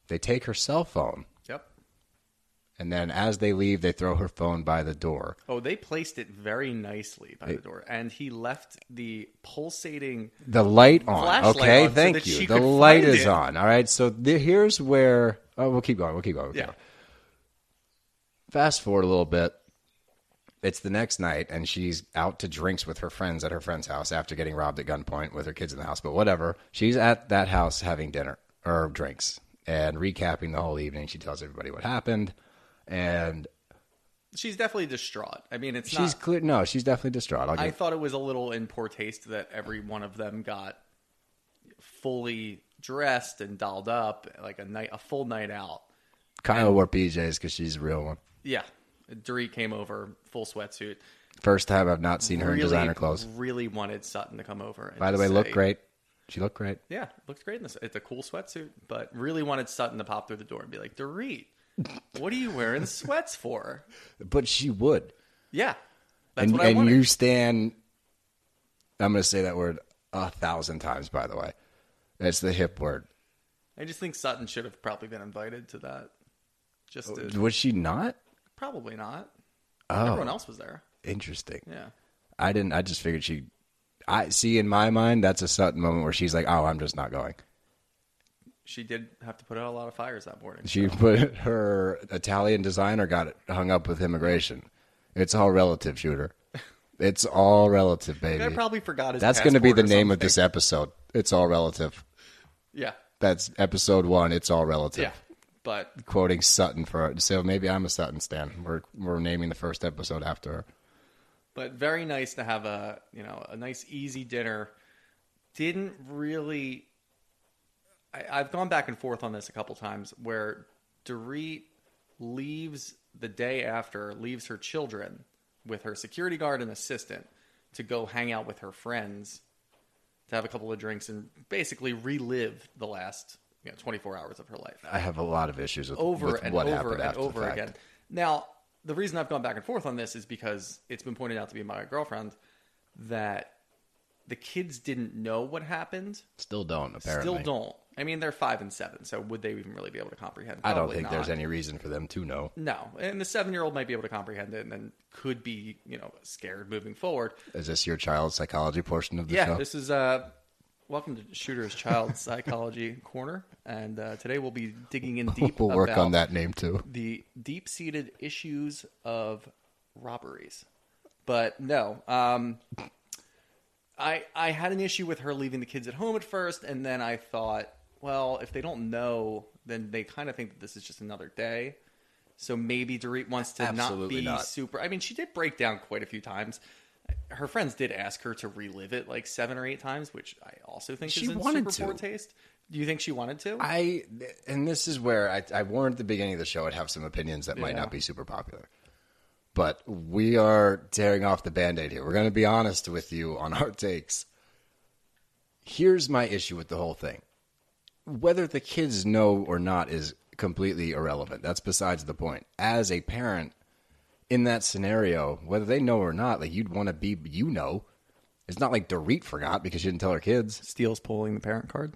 Speaker 1: They take her cell phone.
Speaker 2: Yep.
Speaker 1: And then as they leave, they throw her phone by the door.
Speaker 2: Oh, they placed it very nicely by the door, and he left the pulsating.
Speaker 1: The light on.
Speaker 2: Flashlight
Speaker 1: okay,
Speaker 2: on so
Speaker 1: thank
Speaker 2: that she
Speaker 1: you. The
Speaker 2: could
Speaker 1: light
Speaker 2: find
Speaker 1: is
Speaker 2: it.
Speaker 1: on. All right, so the, here's where. Oh, we'll keep going. We'll keep going. We'll keep
Speaker 2: Yeah.
Speaker 1: going. Fast forward a little bit. It's the next night, and she's out to drinks with her friends at her friend's house after getting robbed at gunpoint with her kids in the house. But whatever. She's at that house having dinner or drinks and recapping the whole evening. She tells everybody what happened. And
Speaker 2: She's definitely distraught. I mean, it's
Speaker 1: she's
Speaker 2: not.
Speaker 1: clear. No, she's definitely distraught. I'll
Speaker 2: I
Speaker 1: give
Speaker 2: thought it was a little in poor taste that every one of them got fully dressed and dolled up, like a night, a full night out.
Speaker 1: Kyle wore PJs because she's a real one.
Speaker 2: Yeah, Dorit came over full sweatsuit.
Speaker 1: First time I've not seen her in designer clothes.
Speaker 2: Really wanted Sutton to come over. and
Speaker 1: By the
Speaker 2: just
Speaker 1: way, looked
Speaker 2: say-
Speaker 1: great. She looked great.
Speaker 2: Yeah, looks great in this. It's a cool sweatsuit, but really wanted Sutton to pop through the door and be like, "Dorit, what are you wearing sweats for?"
Speaker 1: But she would.
Speaker 2: Yeah, that's
Speaker 1: And,
Speaker 2: what I
Speaker 1: and
Speaker 2: wanted.
Speaker 1: you stand. I'm going to say that word a thousand times, by the way. It's the hip word.
Speaker 2: I just think Sutton should have probably been invited to that. Just to,
Speaker 1: Was she not?
Speaker 2: probably not.
Speaker 1: Oh,
Speaker 2: Everyone else was there.
Speaker 1: interesting.
Speaker 2: Yeah.
Speaker 1: I didn't. I just figured she. I see in my mind that's a sudden moment where she's like, "Oh, I'm just not going."
Speaker 2: She did have to put out a lot of fires that morning.
Speaker 1: She put her Italian designer got hung up with immigration. It's all relative, shooter. It's all relative, baby.
Speaker 2: I probably forgot his
Speaker 1: That's going to be the
Speaker 2: passport or
Speaker 1: name of
Speaker 2: something.
Speaker 1: this episode. It's all relative.
Speaker 2: Yeah.
Speaker 1: That's episode one. It's all relative.
Speaker 2: Yeah. But
Speaker 1: Quoting Sutton for so maybe I'm a Sutton stan. We're we're naming the first episode after her.
Speaker 2: but very nice to have a you know a nice easy dinner didn't really I, i've gone back and forth on this a couple times where Dorit leaves the day after leaves her children with her security guard and assistant to go hang out with her friends to have a couple of drinks and basically relive the last you know 24 hours of her life
Speaker 1: I have a lot of issues with
Speaker 2: over
Speaker 1: with
Speaker 2: and
Speaker 1: what
Speaker 2: over
Speaker 1: happened
Speaker 2: and
Speaker 1: after the
Speaker 2: over
Speaker 1: fact.
Speaker 2: again. Now, the reason I've gone back and forth on this is because it's been pointed out to me by my girlfriend that the kids didn't know what happened.
Speaker 1: Still don't apparently.
Speaker 2: Still don't. I mean, they're five and seven, so would they even really be able to comprehend?
Speaker 1: I don't
Speaker 2: Probably
Speaker 1: think there's
Speaker 2: not.
Speaker 1: any reason for them to know.
Speaker 2: No, and the seven-year-old might be able to comprehend it, and then could be, you know, scared moving forward.
Speaker 1: Is this your child psychology portion of the
Speaker 2: yeah,
Speaker 1: show?
Speaker 2: this is uh, welcome to Shooter's Child Psychology Corner, and uh, today we'll be digging in deep.
Speaker 1: we'll work on
Speaker 2: about
Speaker 1: that name too.
Speaker 2: the deep seated issues of robberies. But no, um, I I had an issue with her leaving the kids at home at first, and then I thought, well, if they don't know, then they kind of think that this is just another day. So maybe Dorit wants to
Speaker 1: Absolutely
Speaker 2: not be
Speaker 1: not.
Speaker 2: super. I mean, she did break down quite a few times. Her friends did ask her to relive it like seven or eight times, which I also think
Speaker 1: She
Speaker 2: is in
Speaker 1: wanted
Speaker 2: super poor
Speaker 1: to.
Speaker 2: taste. Do you think she wanted to?
Speaker 1: I and this is where I, I warned at the beginning of the show I'd have some opinions that might
Speaker 2: Yeah.
Speaker 1: not be super popular. But we are tearing off the band-aid here. We're going to be honest with you on our takes. Here's my issue with the whole thing. Whether the kids know or not is completely irrelevant. That's besides the point. As a parent in that scenario, whether they know or not, like you'd want to be you know. It's not like Dorit forgot because she didn't tell her kids.
Speaker 2: Steele's pulling the parent card.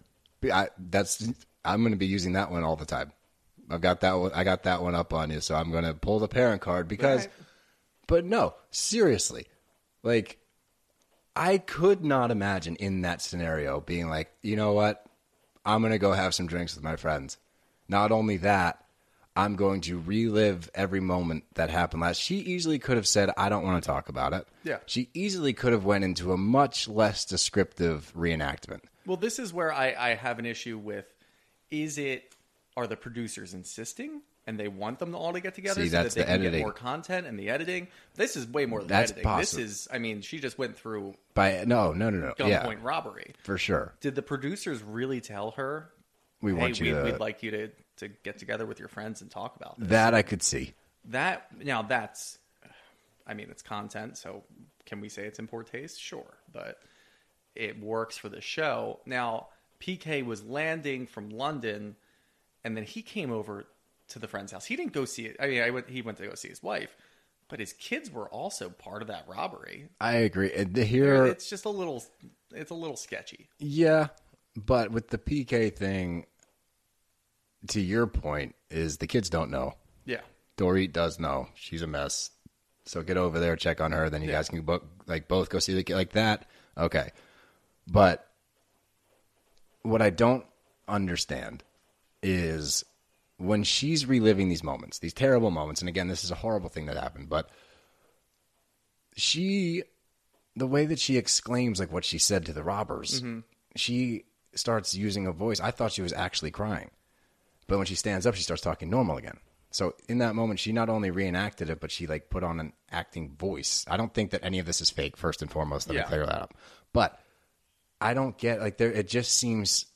Speaker 1: I, that's I'm going to be using that one all the time. I've got that one. I got that one up on you, so I'm going to pull the parent card because.
Speaker 2: Right.
Speaker 1: But no, seriously, like I could not imagine in that scenario being like, you know what, I'm going to go have some drinks with my friends. Not only that, I'm going to relive every moment that happened last. She easily could have said, "I don't want to talk about it."
Speaker 2: Yeah.
Speaker 1: she easily could have went into a much less descriptive reenactment.
Speaker 2: Well, this is where I, I have an issue with is it are the producers insisting and they want them all to get together
Speaker 1: See,
Speaker 2: so that
Speaker 1: that's
Speaker 2: they
Speaker 1: the
Speaker 2: can
Speaker 1: editing.
Speaker 2: get more content and the editing? This is way more than
Speaker 1: That's
Speaker 2: editing.
Speaker 1: possible.
Speaker 2: This is I mean, she just went through
Speaker 1: By no, no, no, no,
Speaker 2: gunpoint
Speaker 1: yeah,
Speaker 2: robbery.
Speaker 1: for sure.
Speaker 2: Did the producers really tell her
Speaker 1: We
Speaker 2: hey,
Speaker 1: want you
Speaker 2: we'd,
Speaker 1: to.
Speaker 2: we'd like you to, to get together with your friends and talk about this.
Speaker 1: That I could see.
Speaker 2: That now that's I mean it's content, so can we say it's in poor taste? Sure, but it works for the show. Now PK was landing from London, and then he came over to the friend's house. He didn't go see it. I mean, I went, he went to go see his wife, but his kids were also part of that robbery.
Speaker 1: I agree. And the- here,
Speaker 2: It's just a little, it's a little sketchy.
Speaker 1: yeah, but with the PK thing, to your point, is the kids don't know.
Speaker 2: Yeah,
Speaker 1: Dorit does know. She's a mess. So get over there, check on her. Then you guys can book, like both go see the kid like that. Okay. But what I don't understand is when she's reliving these moments, these terrible moments, and again, this is a horrible thing that happened, but she, the way that she exclaims, like what she said to the robbers, she starts using a voice. I thought she was actually crying. But when she stands up, she starts talking normal again. So in that moment, she not only reenacted it, but she like put on an acting voice. I don't think that any of this is fake. First and foremost, let
Speaker 2: Yeah.
Speaker 1: me clear that up. But I don't get like there. It just seems.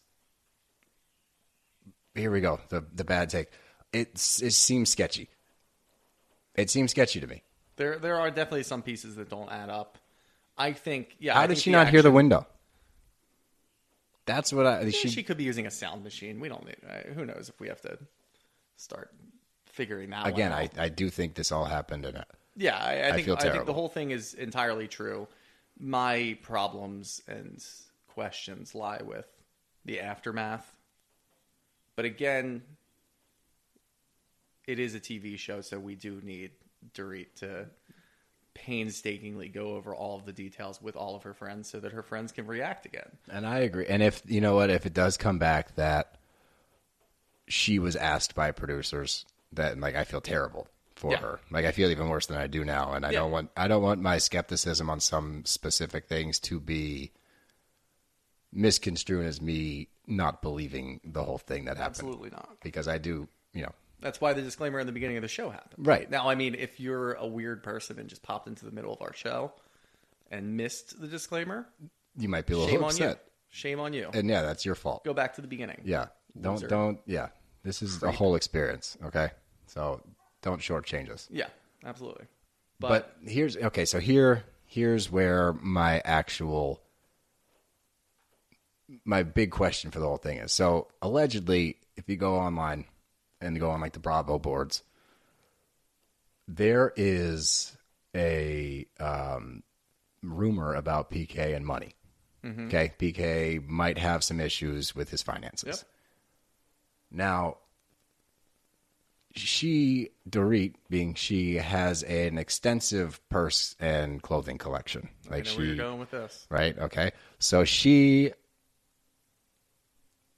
Speaker 1: Here we go. The the bad take. It's it seems sketchy. It seems sketchy to me.
Speaker 2: there there are definitely some pieces that don't add up. I think. Yeah,
Speaker 1: How
Speaker 2: I
Speaker 1: did
Speaker 2: think
Speaker 1: she not hear the
Speaker 2: action-
Speaker 1: window? That's what I.
Speaker 2: She,
Speaker 1: She,
Speaker 2: she could be using a sound machine. We don't need. I- Who knows if we have to start figuring that
Speaker 1: again.
Speaker 2: one out.
Speaker 1: I, I do think this all happened in a
Speaker 2: yeah, I, I think
Speaker 1: feel
Speaker 2: I think the
Speaker 1: terrible.
Speaker 2: whole thing is entirely true. My problems and questions lie with the aftermath, but again, it is a TV show, so we do need Dorit to painstakingly go over all of the details with all of her friends so that her friends can react again.
Speaker 1: And I agree. And if you know what, if it does come back that she was asked by producers that like I feel terrible for
Speaker 2: Yeah.
Speaker 1: her. Like I feel even worse than I do now. And I
Speaker 2: Yeah.
Speaker 1: don't want I don't want my skepticism on some specific things to be misconstrued as me not believing the whole thing that happened.
Speaker 2: Absolutely not.
Speaker 1: Because I do, you know.
Speaker 2: That's why the disclaimer in the beginning of the show happened.
Speaker 1: Right.
Speaker 2: Now, I mean, if you're a weird person and just popped into the middle of our show and missed the disclaimer,
Speaker 1: You might be a little
Speaker 2: shame on you.
Speaker 1: upset.
Speaker 2: Shame on you.
Speaker 1: And yeah, that's your fault.
Speaker 2: Go back to the beginning.
Speaker 1: Yeah. Don't
Speaker 2: Loser.
Speaker 1: don't yeah. This is a whole experience, okay? So don't shortchange us.
Speaker 2: Yeah, absolutely. But,
Speaker 1: but here's okay so here here's where my actual my big question for the whole thing is so allegedly if you go online and go on like the bravo boards there is a um, rumor about pk and money
Speaker 2: Mm-hmm.
Speaker 1: okay pk might have some issues with his finances
Speaker 2: Yep.
Speaker 1: now she Dorit being she has an extensive purse and clothing collection.
Speaker 2: I
Speaker 1: Like
Speaker 2: know where you're
Speaker 1: she
Speaker 2: going with this.
Speaker 1: right? Okay. So she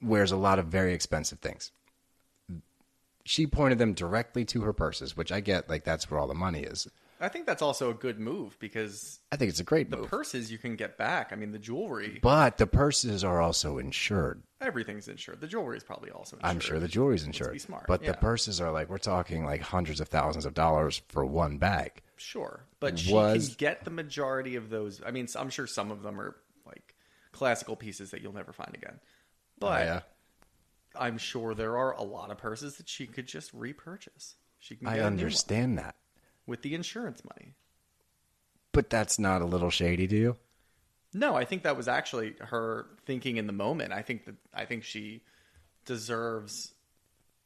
Speaker 1: wears a lot of very expensive things. She pointed them directly to her purses, which I get like that's where all the money is.
Speaker 2: I think that's also a good move because
Speaker 1: I think it's a great
Speaker 2: the
Speaker 1: move.
Speaker 2: purses you can get back. I mean, the jewelry,
Speaker 1: but the purses are also insured.
Speaker 2: everything's insured. The jewelry is probably also insured.
Speaker 1: I'm sure the jewelry's insured.
Speaker 2: be smart,
Speaker 1: But
Speaker 2: yeah.
Speaker 1: the purses are like we're talking like hundreds of thousands of dollars for one bag.
Speaker 2: Sure, but she
Speaker 1: was-
Speaker 2: can get the majority of those. I mean, I'm sure some of them are like classical pieces that you'll never find again. But
Speaker 1: Oh, Yeah.
Speaker 2: I'm sure there are a lot of purses that she could just repurchase. She can. Get
Speaker 1: I
Speaker 2: a new one
Speaker 1: understand that.
Speaker 2: with the insurance money.
Speaker 1: But that's not a little shady to you?
Speaker 2: No, I think that was actually her thinking in the moment. I think that I think she deserves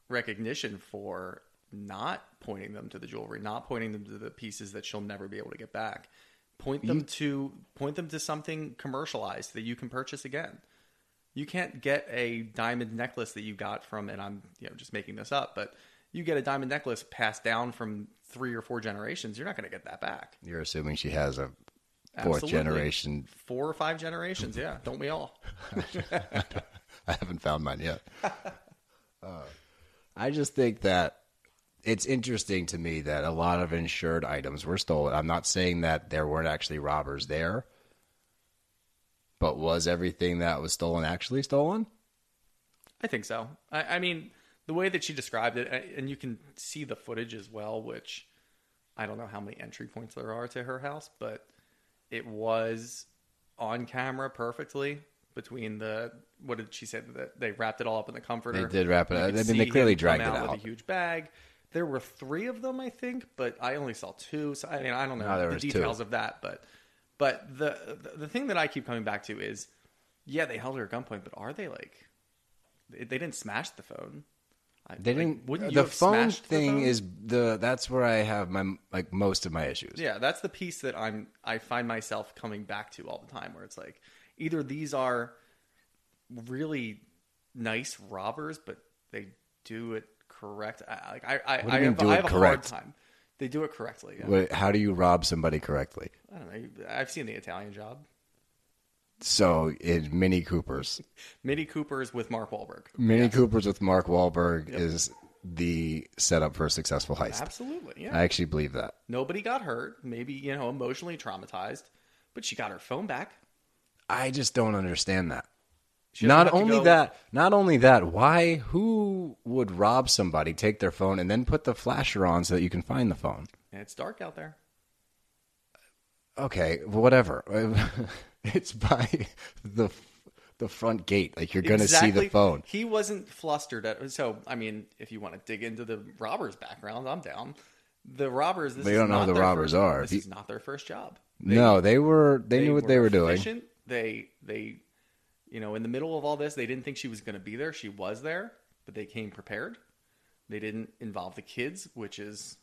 Speaker 2: recognition for not pointing them to the jewelry, not pointing them to the pieces that she'll never be able to get back. Point them to point them to something commercialized that you can purchase again. You can't get a diamond necklace that you got from, and I'm you know just making this up, but you get a diamond necklace passed down from three or four generations. You're not going to get that back.
Speaker 1: You're assuming she has a fourth
Speaker 2: Absolutely.
Speaker 1: generation.
Speaker 2: Four or five generations, yeah. Don't we all?
Speaker 1: I haven't found mine yet. uh, I just think that it's interesting to me that a lot of insured items were stolen. I'm not saying that there weren't actually robbers there, but was everything that was stolen actually stolen?
Speaker 2: I think so. I, I mean, the way that she described it, a- and you can see the footage as well, which I don't know how many entry points there are to her house, but it was on camera perfectly between the what did she say that they wrapped it all up in the comforter.
Speaker 1: They did wrap it
Speaker 2: You
Speaker 1: up.
Speaker 2: could
Speaker 1: I mean,
Speaker 2: see
Speaker 1: they
Speaker 2: him
Speaker 1: clearly
Speaker 2: come
Speaker 1: dragged it
Speaker 2: out
Speaker 1: out.
Speaker 2: with a huge bag. There were three of them, I think, but I only saw two. So I mean, I don't know
Speaker 1: No, there
Speaker 2: the
Speaker 1: was two.
Speaker 2: details of that, but but the the- the thing that I keep coming back to is, yeah, they held her at gunpoint, but are they like they they didn't smash the phone. I,
Speaker 1: They
Speaker 2: like,
Speaker 1: didn't.
Speaker 2: wouldn't you
Speaker 1: the
Speaker 2: have
Speaker 1: phone
Speaker 2: smashed the
Speaker 1: thing
Speaker 2: phone?
Speaker 1: is the. That's where I have my like most of my issues.
Speaker 2: Yeah, that's the piece that I'm I find myself coming back to all the time where it's like either these are really nice robbers but they do it correct. I, like I I,
Speaker 1: What do you
Speaker 2: I
Speaker 1: mean
Speaker 2: have,
Speaker 1: do
Speaker 2: I
Speaker 1: it
Speaker 2: have
Speaker 1: correct?
Speaker 2: a hard time. They do it correctly. yeah.
Speaker 1: Wait, How do you rob somebody correctly?
Speaker 2: I don't know. I've seen the Italian job.
Speaker 1: So in Mini Coopers,
Speaker 2: Mini Coopers with Mark Wahlberg.
Speaker 1: Mini Coopers with Mark Wahlberg is the setup for a successful heist.
Speaker 2: Absolutely. Yeah.
Speaker 1: I actually believe that.
Speaker 2: Nobody got hurt, maybe, you know, emotionally traumatized, but she got her phone back.
Speaker 1: I just don't understand that.
Speaker 2: She doesn't
Speaker 1: Not
Speaker 2: have to
Speaker 1: only
Speaker 2: go-
Speaker 1: that, not only that, why who would rob somebody, take their phone and then put the flasher on so that you can find the phone?
Speaker 2: and it's dark out there.
Speaker 1: Okay, whatever. it's by the the front gate. Like you're going to see the phone.
Speaker 2: He wasn't flustered at so I mean, if you want to dig into the robbers' background, I'm down. The robbers this
Speaker 1: They
Speaker 2: is
Speaker 1: don't know
Speaker 2: not
Speaker 1: who the
Speaker 2: their
Speaker 1: robbers
Speaker 2: first-
Speaker 1: are.
Speaker 2: This
Speaker 1: If you-
Speaker 2: is not their first job.
Speaker 1: no, they were they, knew what they were doing.
Speaker 2: efficient. They they you know, in the middle of all this, they didn't think she was gonna be there. She was there, but they came prepared. They didn't involve the kids, which is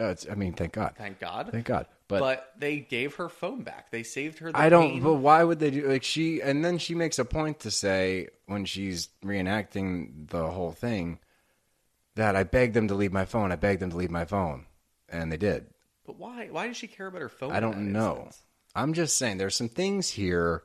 Speaker 1: Oh, it's, I mean, thank God.
Speaker 2: thank God.
Speaker 1: Thank God. But,
Speaker 2: but they gave her phone back. They saved her the
Speaker 1: I don't
Speaker 2: pain.
Speaker 1: but why would they do like she and then she makes a point to say when she's reenacting the whole thing that I begged them to leave my phone. I begged them to leave my phone. And they did.
Speaker 2: But why why does she care about her phone?
Speaker 1: I
Speaker 2: in
Speaker 1: don't
Speaker 2: that
Speaker 1: know.
Speaker 2: instance?
Speaker 1: I'm just saying there's some things here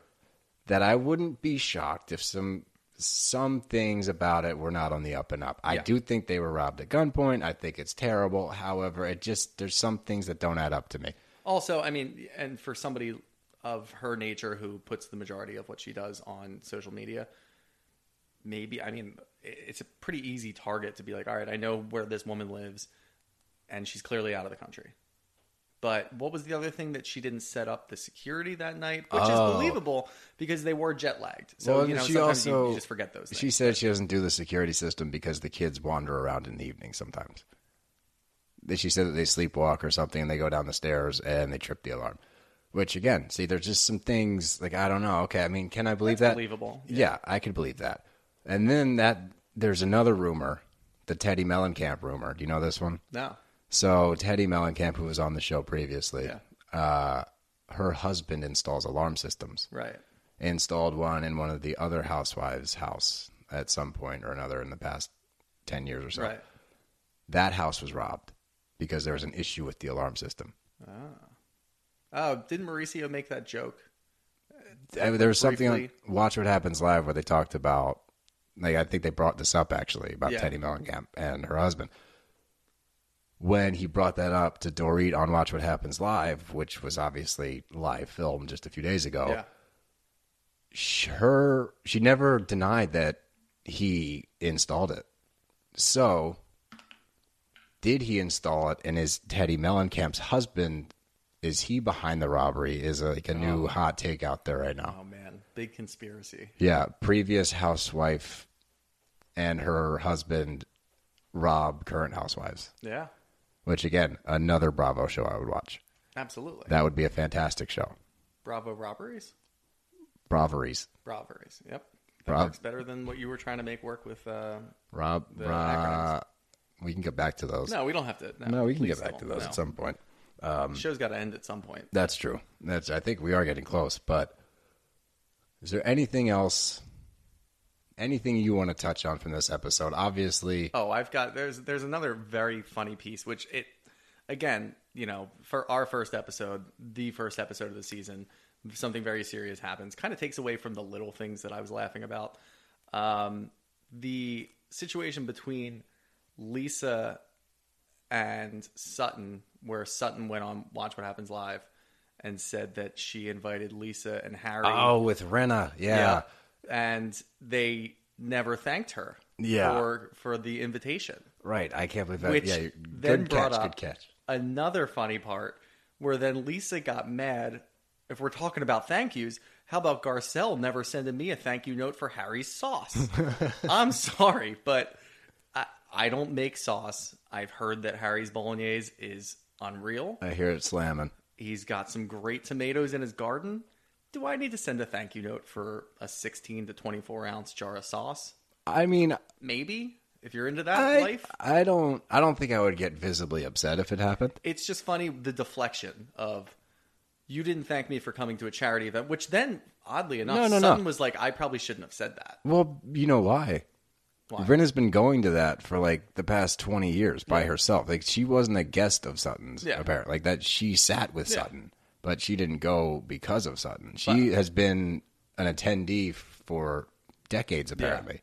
Speaker 1: that I wouldn't be shocked if some some things about it were not on the up and up. I
Speaker 2: Yeah.
Speaker 1: do think they were robbed at gunpoint. I think it's terrible. However, it just there's some things that don't add up to me.
Speaker 2: Also, I mean, and for somebody of her nature who puts the majority of what she does on social media, maybe, I mean, it- it's a pretty easy target to be like, all right, I know where this woman lives and she's clearly out of the country. But what was the other thing that she didn't set up the security that night, which
Speaker 1: Oh.
Speaker 2: is believable because they were jet lagged. So,
Speaker 1: Well,
Speaker 2: you know,
Speaker 1: she
Speaker 2: sometimes you- you,
Speaker 1: also-
Speaker 2: just forget those things.
Speaker 1: She said she doesn't do the security system because the kids wander around in the evening sometimes. That She said that they sleepwalk or something and they go down the stairs and they trip the alarm. Which again, see, there's just some things like I don't know. Okay, I mean, can I believe
Speaker 2: That's
Speaker 1: that?
Speaker 2: believable.
Speaker 1: Yeah. I could believe that. And then that there's another rumor, the Teddy Mellencamp rumor. Do you know this one?
Speaker 2: no.
Speaker 1: So Teddy Mellencamp, who was on the show previously,
Speaker 2: Yeah.
Speaker 1: uh, her husband installs alarm systems
Speaker 2: Right.
Speaker 1: installed one in one of the other housewives' house at some point or another in the past 10 years or so.
Speaker 2: Right.
Speaker 1: That house was robbed because there was an issue with the alarm system.
Speaker 2: Oh, didn't Mauricio make that joke?
Speaker 1: I mean, there was something on
Speaker 2: briefly-
Speaker 1: Watch What Happens Live where they talked about, like, I think they brought this up actually about
Speaker 2: Yeah.
Speaker 1: Teddy Mellencamp and her husband. When he brought that up to Dorit on Watch What Happens Live, which was obviously live filmed just a few days ago,
Speaker 2: Yeah.
Speaker 1: sh- her she never denied that he installed it. So did he install it and is Teddy Mellencamp's husband is he behind the robbery is like a new hot take out there right now.
Speaker 2: Oh, man. Big conspiracy.
Speaker 1: Yeah, previous housewife and her husband rob current housewives,
Speaker 2: Yeah.
Speaker 1: which again, another Bravo show I would watch.
Speaker 2: Absolutely.
Speaker 1: That would be a fantastic show.
Speaker 2: Bravo robberies.
Speaker 1: Braveries.
Speaker 2: Robberies. Yep. That
Speaker 1: Rob-
Speaker 2: works better than what you were trying to make work with. Uh...
Speaker 1: Rob,
Speaker 2: The
Speaker 1: Ra- we can get back to those.
Speaker 2: No, Uh, we don't have to. No,
Speaker 1: No, we can
Speaker 2: please
Speaker 1: get back to
Speaker 2: don't.
Speaker 1: those
Speaker 2: No.
Speaker 1: at some point.
Speaker 2: The show's got to end at some point.
Speaker 1: That's true. That's I think we are getting close, but is there anything else Anything you want to touch on from this episode? Obviously,
Speaker 2: Oh, I've got there's there's another very funny piece which it again, you know, for our first episode, the first episode of the season, something very serious happens. Kind of takes away from the little things that I was laughing about. Um the situation between Lisa and Sutton where Sutton went on Watch What Happens Live and said that she invited Lisa and Harry
Speaker 1: oh, with Rena, yeah,
Speaker 2: and they never thanked her
Speaker 1: Yeah.
Speaker 2: for for the invitation.
Speaker 1: right. I can't believe that.
Speaker 2: Which
Speaker 1: yeah,
Speaker 2: then
Speaker 1: good
Speaker 2: brought
Speaker 1: catch,
Speaker 2: up
Speaker 1: good catch.
Speaker 2: another funny part where then Lisa got mad. If we're talking about thank yous, how about Garcelle never sending me a thank you note for Harry's sauce? I'm sorry, but I, I don't make sauce. I've heard that Harry's bolognese is unreal.
Speaker 1: I hear it slamming.
Speaker 2: He's got some great tomatoes in his garden. Do I need to send a thank you note for a 16 to 24 ounce jar of sauce?
Speaker 1: I mean,
Speaker 2: Maybe if you're into that
Speaker 1: I,
Speaker 2: life.
Speaker 1: I don't, I don't think I would get visibly upset if it happened.
Speaker 2: it's just funny the deflection of you didn't thank me for coming to a charity event, which then oddly enough,
Speaker 1: No, no,
Speaker 2: Sutton
Speaker 1: no.
Speaker 2: was like, I probably shouldn't have said that.
Speaker 1: Well, you know why?
Speaker 2: Why?
Speaker 1: Rena's been going to that for like the past twenty years by herself. Like she wasn't a guest of Sutton's,
Speaker 2: Yeah.
Speaker 1: apparently. Like that she sat with
Speaker 2: Yeah.
Speaker 1: Sutton, but she didn't go because of Sutton. She has been an attendee for decades, apparently.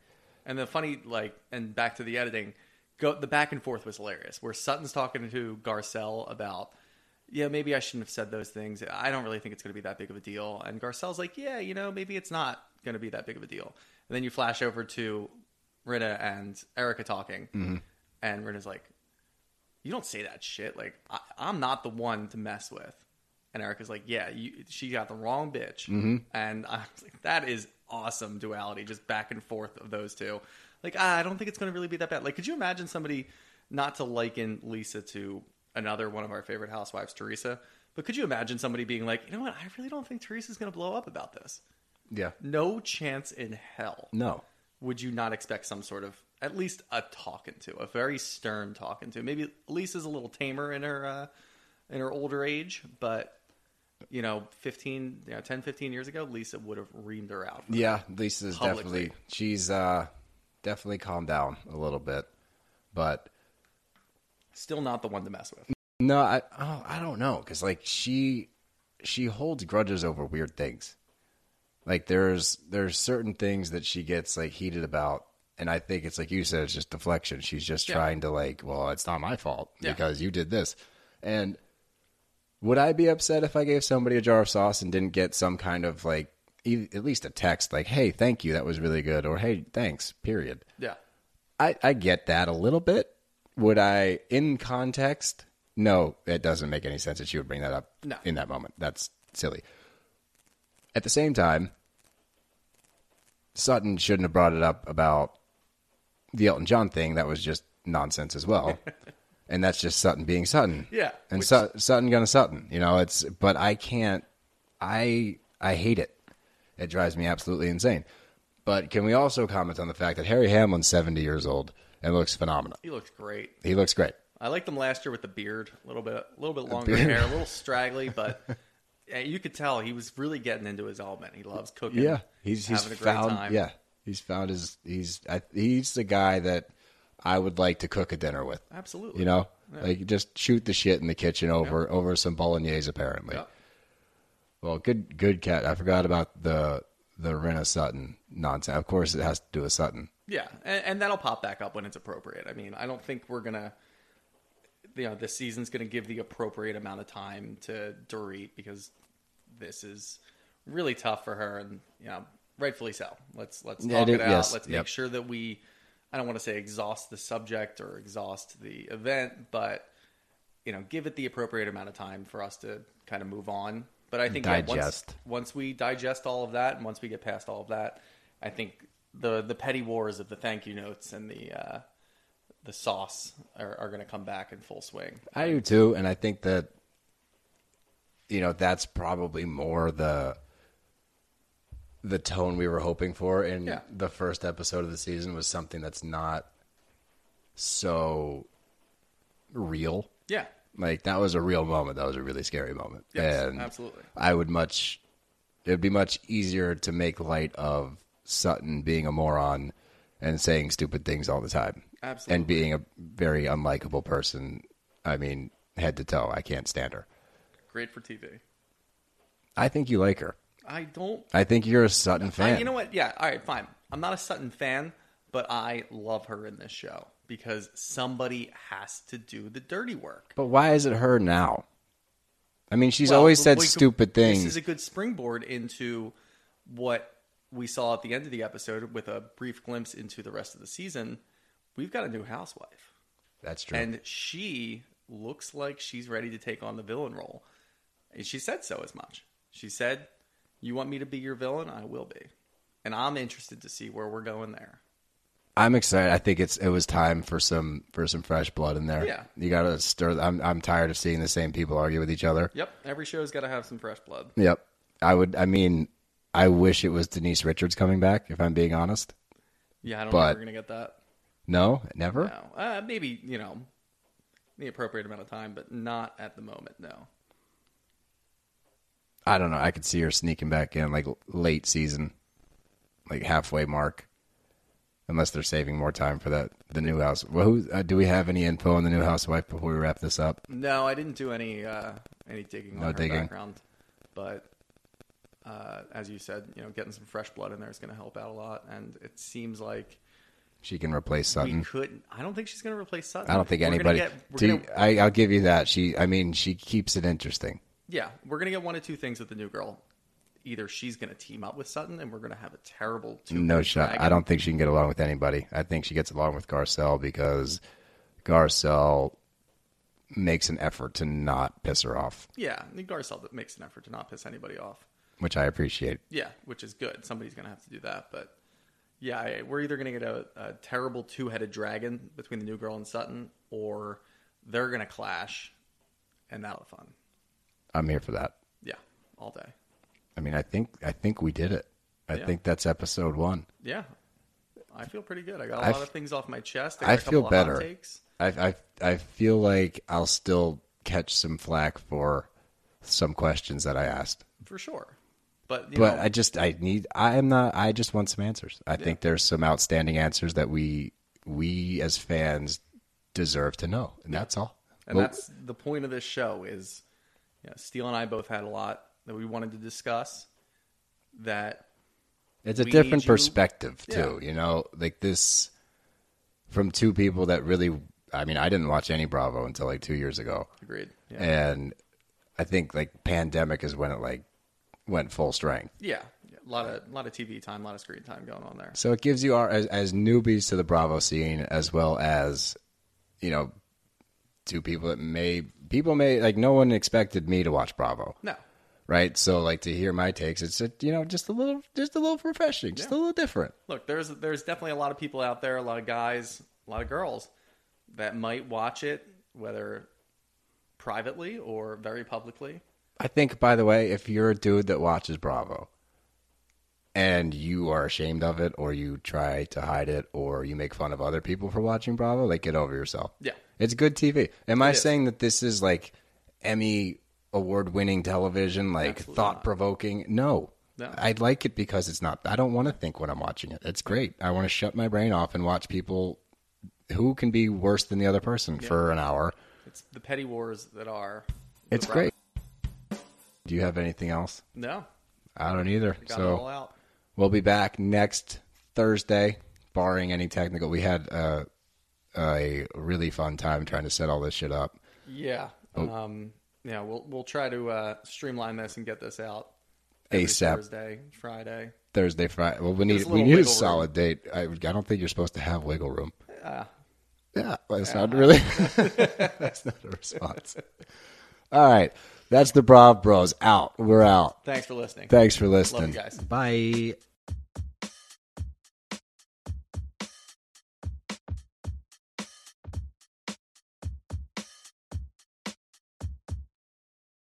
Speaker 2: And the funny like, and back to the editing, go the back and forth was hilarious. Where Sutton's talking to Garcelle about, yeah, maybe I shouldn't have said those things. I don't really think it's going to be that big of a deal. And Garcelle's like, yeah, you know, maybe it's not going to be that big of a deal. And then you flash over to Rita and Erica talking,
Speaker 1: Mm-hmm.
Speaker 2: and Rita's like, you don't say that shit. Like, I, I'm not the one to mess with. And Erica's like, yeah, you, she got the wrong bitch. And I was like, that is awesome duality, just back and forth of those two. Like, ah, I don't think it's going to really be that bad. Like, could you imagine somebody not to liken Lisa to another one of our favorite housewives, Teresa? But could you imagine somebody being like, you know what? I really don't think Teresa's going to blow up about this.
Speaker 1: Yeah.
Speaker 2: No chance in hell
Speaker 1: No.
Speaker 2: would you not expect some sort of at least a talking to a very stern talking to maybe lisa's a little tamer in her uh, in her older age but you know 15 you know, 10 15 years ago lisa would have reamed her out
Speaker 1: Yeah, Lisa's
Speaker 2: Publicly.
Speaker 1: definitely she's uh definitely calmed down a little bit. But
Speaker 2: still not the one to mess with
Speaker 1: no, I oh, I don't know cuz like she she holds grudges over weird things. Like there's there's certain things that she gets like heated about and I think it's like you said it's just deflection. She's just
Speaker 2: Yeah.
Speaker 1: trying to like, well, it's not my fault
Speaker 2: Yeah.
Speaker 1: because you did this. And would I be upset if I gave somebody a jar of sauce and didn't get some kind of like e- at least a text like, "Hey, thank you. That was really good." Or, "Hey, thanks." Period.
Speaker 2: yeah
Speaker 1: I, I get that a little bit. Would I, in context, no, it doesn't make any sense that she would bring that up
Speaker 2: No.
Speaker 1: in that moment. That's silly. At the same time, Sutton shouldn't have brought it up about the Elton John thing. That was just nonsense as well. and that's just Sutton being Sutton.
Speaker 2: Yeah,
Speaker 1: And
Speaker 2: which-
Speaker 1: Sut- Sutton gonna Sutton. You know, it's, but I can't, I, I hate it. It drives me absolutely insane. But can we also comment on the fact that Harry Hamlin's 70 years old and looks phenomenal?
Speaker 2: he looks great
Speaker 1: He looks great.
Speaker 2: i liked him last year with the beard a little bit a little bit longer
Speaker 1: beard.
Speaker 2: hair a little straggly but yeah, you could tell he was really getting into his element he loves cooking
Speaker 1: Yeah, he's he's
Speaker 2: having a great
Speaker 1: found
Speaker 2: time
Speaker 1: yeah he's found his he's I, he's the guy that I would like to cook a dinner with.
Speaker 2: absolutely
Speaker 1: You know, like just shoot the shit in the kitchen over over some bolognese apparently.
Speaker 2: Yeah.
Speaker 1: Well, good good cat. I forgot about the the Rena Sutton nonsense. Of course, it has to do with Sutton.
Speaker 2: Yeah, and, and that'll pop back up when it's appropriate. I mean, I don't think we're gonna, you know, this season's gonna give the appropriate amount of time to Dorit because this is really tough for her, and you know, rightfully so. Let's let's
Speaker 1: Yeah,
Speaker 2: talk
Speaker 1: it-
Speaker 2: it, out.
Speaker 1: yes,
Speaker 2: let's
Speaker 1: yep.
Speaker 2: make sure that we, I don't want to say exhaust the subject or exhaust the event, but you know, give it the appropriate amount of time for us to kind of move on. But I think yeah, once-
Speaker 1: Digest.
Speaker 2: once, we digest all of that, and once we get past all of that, I think the the petty wars of the thank you notes and the uh, the sauce are, are going to come back in full swing.
Speaker 1: I do too, and I think that you know that's probably more the the tone we were hoping for in
Speaker 2: Yeah.
Speaker 1: the first episode of the season was something that's not so real.
Speaker 2: Yeah,
Speaker 1: Like that was a real moment. That was a really scary moment.
Speaker 2: Yes,
Speaker 1: and
Speaker 2: absolutely.
Speaker 1: I would much. It'd be much easier to make light of Sutton being a moron and saying stupid things all the time
Speaker 2: Absolutely.
Speaker 1: and being a very unlikable person. I mean, head to toe, I can't stand her.
Speaker 2: Great for TV.
Speaker 1: I think you like her.
Speaker 2: I don't.
Speaker 1: I think you're a Sutton fan.
Speaker 2: I, you know what? Yeah. All right. Fine. I'm not a Sutton fan, but I love her in this show because somebody has to do the dirty work.
Speaker 1: But why is it her now? I mean, she's
Speaker 2: Well,
Speaker 1: always
Speaker 2: we
Speaker 1: said
Speaker 2: could-
Speaker 1: stupid
Speaker 2: This is
Speaker 1: things.
Speaker 2: a good springboard into what we saw at the end of the episode with a brief glimpse into the rest of the season. We've got a new housewife.
Speaker 1: That's true.
Speaker 2: And she looks like she's ready to take on the villain role. And she said so as much. She said, You want me to be your villain? I will be. And I'm interested to see where we're going there.
Speaker 1: I'm excited. I think it's it was time for some for some fresh blood in there.
Speaker 2: Yeah.
Speaker 1: you got to stir. I'm I'm tired of seeing the same people argue with each other.
Speaker 2: Yep, every show's got to have some fresh blood.
Speaker 1: Yep. I would. I mean, I wish it was Denise Richards coming back. If I'm being honest.
Speaker 2: Yeah, I don't
Speaker 1: But-
Speaker 2: think we're going to get that.
Speaker 1: No, never.
Speaker 2: No. Uh, maybe, you know, the appropriate amount of time, but not at the moment, no.
Speaker 1: I don't know. I could see her sneaking back in like l- late season, like halfway mark, unless they're saving more time for that the new house. Well, who, uh, do we have any info on the new housewife before we wrap this up?
Speaker 2: No, I didn't do any uh, any digging
Speaker 1: No
Speaker 2: on her
Speaker 1: digging.
Speaker 2: background, but uh, as you said, you know, getting some fresh blood in there is going to help out a lot. And it seems like
Speaker 1: She can replace
Speaker 2: we
Speaker 1: Sutton.
Speaker 2: could. I don't think she's going to replace Sutton.
Speaker 1: I don't think
Speaker 2: We're gonna
Speaker 1: anybody.
Speaker 2: get- we're
Speaker 1: do you-
Speaker 2: gonna-
Speaker 1: I, I'll give you that. She. I mean, she keeps it interesting.
Speaker 2: yeah, we're going to get one of two things with the new girl. Either she's going to team up with Sutton, and we're going to have a terrible two.
Speaker 1: No shot. I
Speaker 2: dragon.
Speaker 1: don't think she can get along with anybody. I think she gets along with Garcelle because Garcelle makes an effort to not piss her off,
Speaker 2: Yeah, I think Garcelle that makes an effort to not piss anybody off.
Speaker 1: which I appreciate.
Speaker 2: Yeah, which is good. Somebody's going to have to do that. But yeah, I, we're either going to get a, a terrible two headed dragon between the new girl and Sutton, or they're going to clash, and that'll be fun.
Speaker 1: I'm here for that.
Speaker 2: Yeah, all day.
Speaker 1: I mean, I think I think we did it. I
Speaker 2: Yeah.
Speaker 1: think that's episode one.
Speaker 2: Yeah, I feel pretty good. I got a
Speaker 1: I
Speaker 2: lot
Speaker 1: f-
Speaker 2: of things off my chest. got
Speaker 1: I
Speaker 2: a couple
Speaker 1: feel
Speaker 2: of hot
Speaker 1: better.
Speaker 2: takes.
Speaker 1: I I I feel like I'll still catch some flack for some questions that I asked,
Speaker 2: for sure. But you
Speaker 1: but
Speaker 2: know,
Speaker 1: I just I need I am not I just want some answers. I think there's some outstanding answers that we we as fans deserve to know, and that's all.
Speaker 2: and
Speaker 1: Well,
Speaker 2: that's the point of this show is you know, Steele and I both had a lot that we wanted to discuss. That
Speaker 1: it's a
Speaker 2: we
Speaker 1: different
Speaker 2: need you-
Speaker 1: perspective too. You know, like this from two people that really. I mean, I didn't watch any Bravo until like two years ago.
Speaker 2: agreed. Yeah.
Speaker 1: and I think like pandemic is when it like went full strength.
Speaker 2: yeah, yeah, a lot of lot of TV time, a lot of screen time going on there.
Speaker 1: So it gives you our as, as newbies to the Bravo scene, as well as you know, two people that may people may like no one expected me to watch Bravo,
Speaker 2: No,
Speaker 1: right? So like to hear my takes, it's uh, you know just a little just a little refreshing, just a little different.
Speaker 2: look, there's there's definitely a lot of people out there, a lot of guys, a lot of girls that might watch it, whether privately or very publicly.
Speaker 1: I think, by the way, if you're a dude that watches Bravo and you are ashamed of it, or you try to hide it, or you make fun of other people for watching Bravo, like get over yourself.
Speaker 2: Yeah,
Speaker 1: It's good TV. Am I
Speaker 2: is.
Speaker 1: saying that this is like Emmy award winning television, like
Speaker 2: Absolutely not.
Speaker 1: thought provoking? No.
Speaker 2: No.
Speaker 1: I like it because it's not. I don't want to think when I'm watching it. It's great. I want to shut my brain off and watch people who can be worse than the other person for an hour.
Speaker 2: it's the petty wars that are. the
Speaker 1: It's
Speaker 2: Bravo-
Speaker 1: great. Do you have anything else?
Speaker 2: No,
Speaker 1: I don't either.
Speaker 2: got it all
Speaker 1: so
Speaker 2: out.
Speaker 1: we'll be back next Thursday, barring any technical. We had uh, a really fun time trying to set all this shit up.
Speaker 2: Yeah. Um, yeah, we'll we'll try to uh, streamline this and get this out every
Speaker 1: ASAP.
Speaker 2: Thursday, Friday.
Speaker 1: Thursday, Friday. Well, we need
Speaker 2: a
Speaker 1: we
Speaker 2: little
Speaker 1: need a
Speaker 2: wiggle room.
Speaker 1: solid date. I, I don't think you're supposed to have wiggle room.
Speaker 2: Uh,
Speaker 1: Yeah, well, that's not really. that's not a response. All right, that's the Brav Bros out. We're out.
Speaker 2: thanks for listening.
Speaker 1: Thanks for listening,
Speaker 2: guys.
Speaker 1: Bye.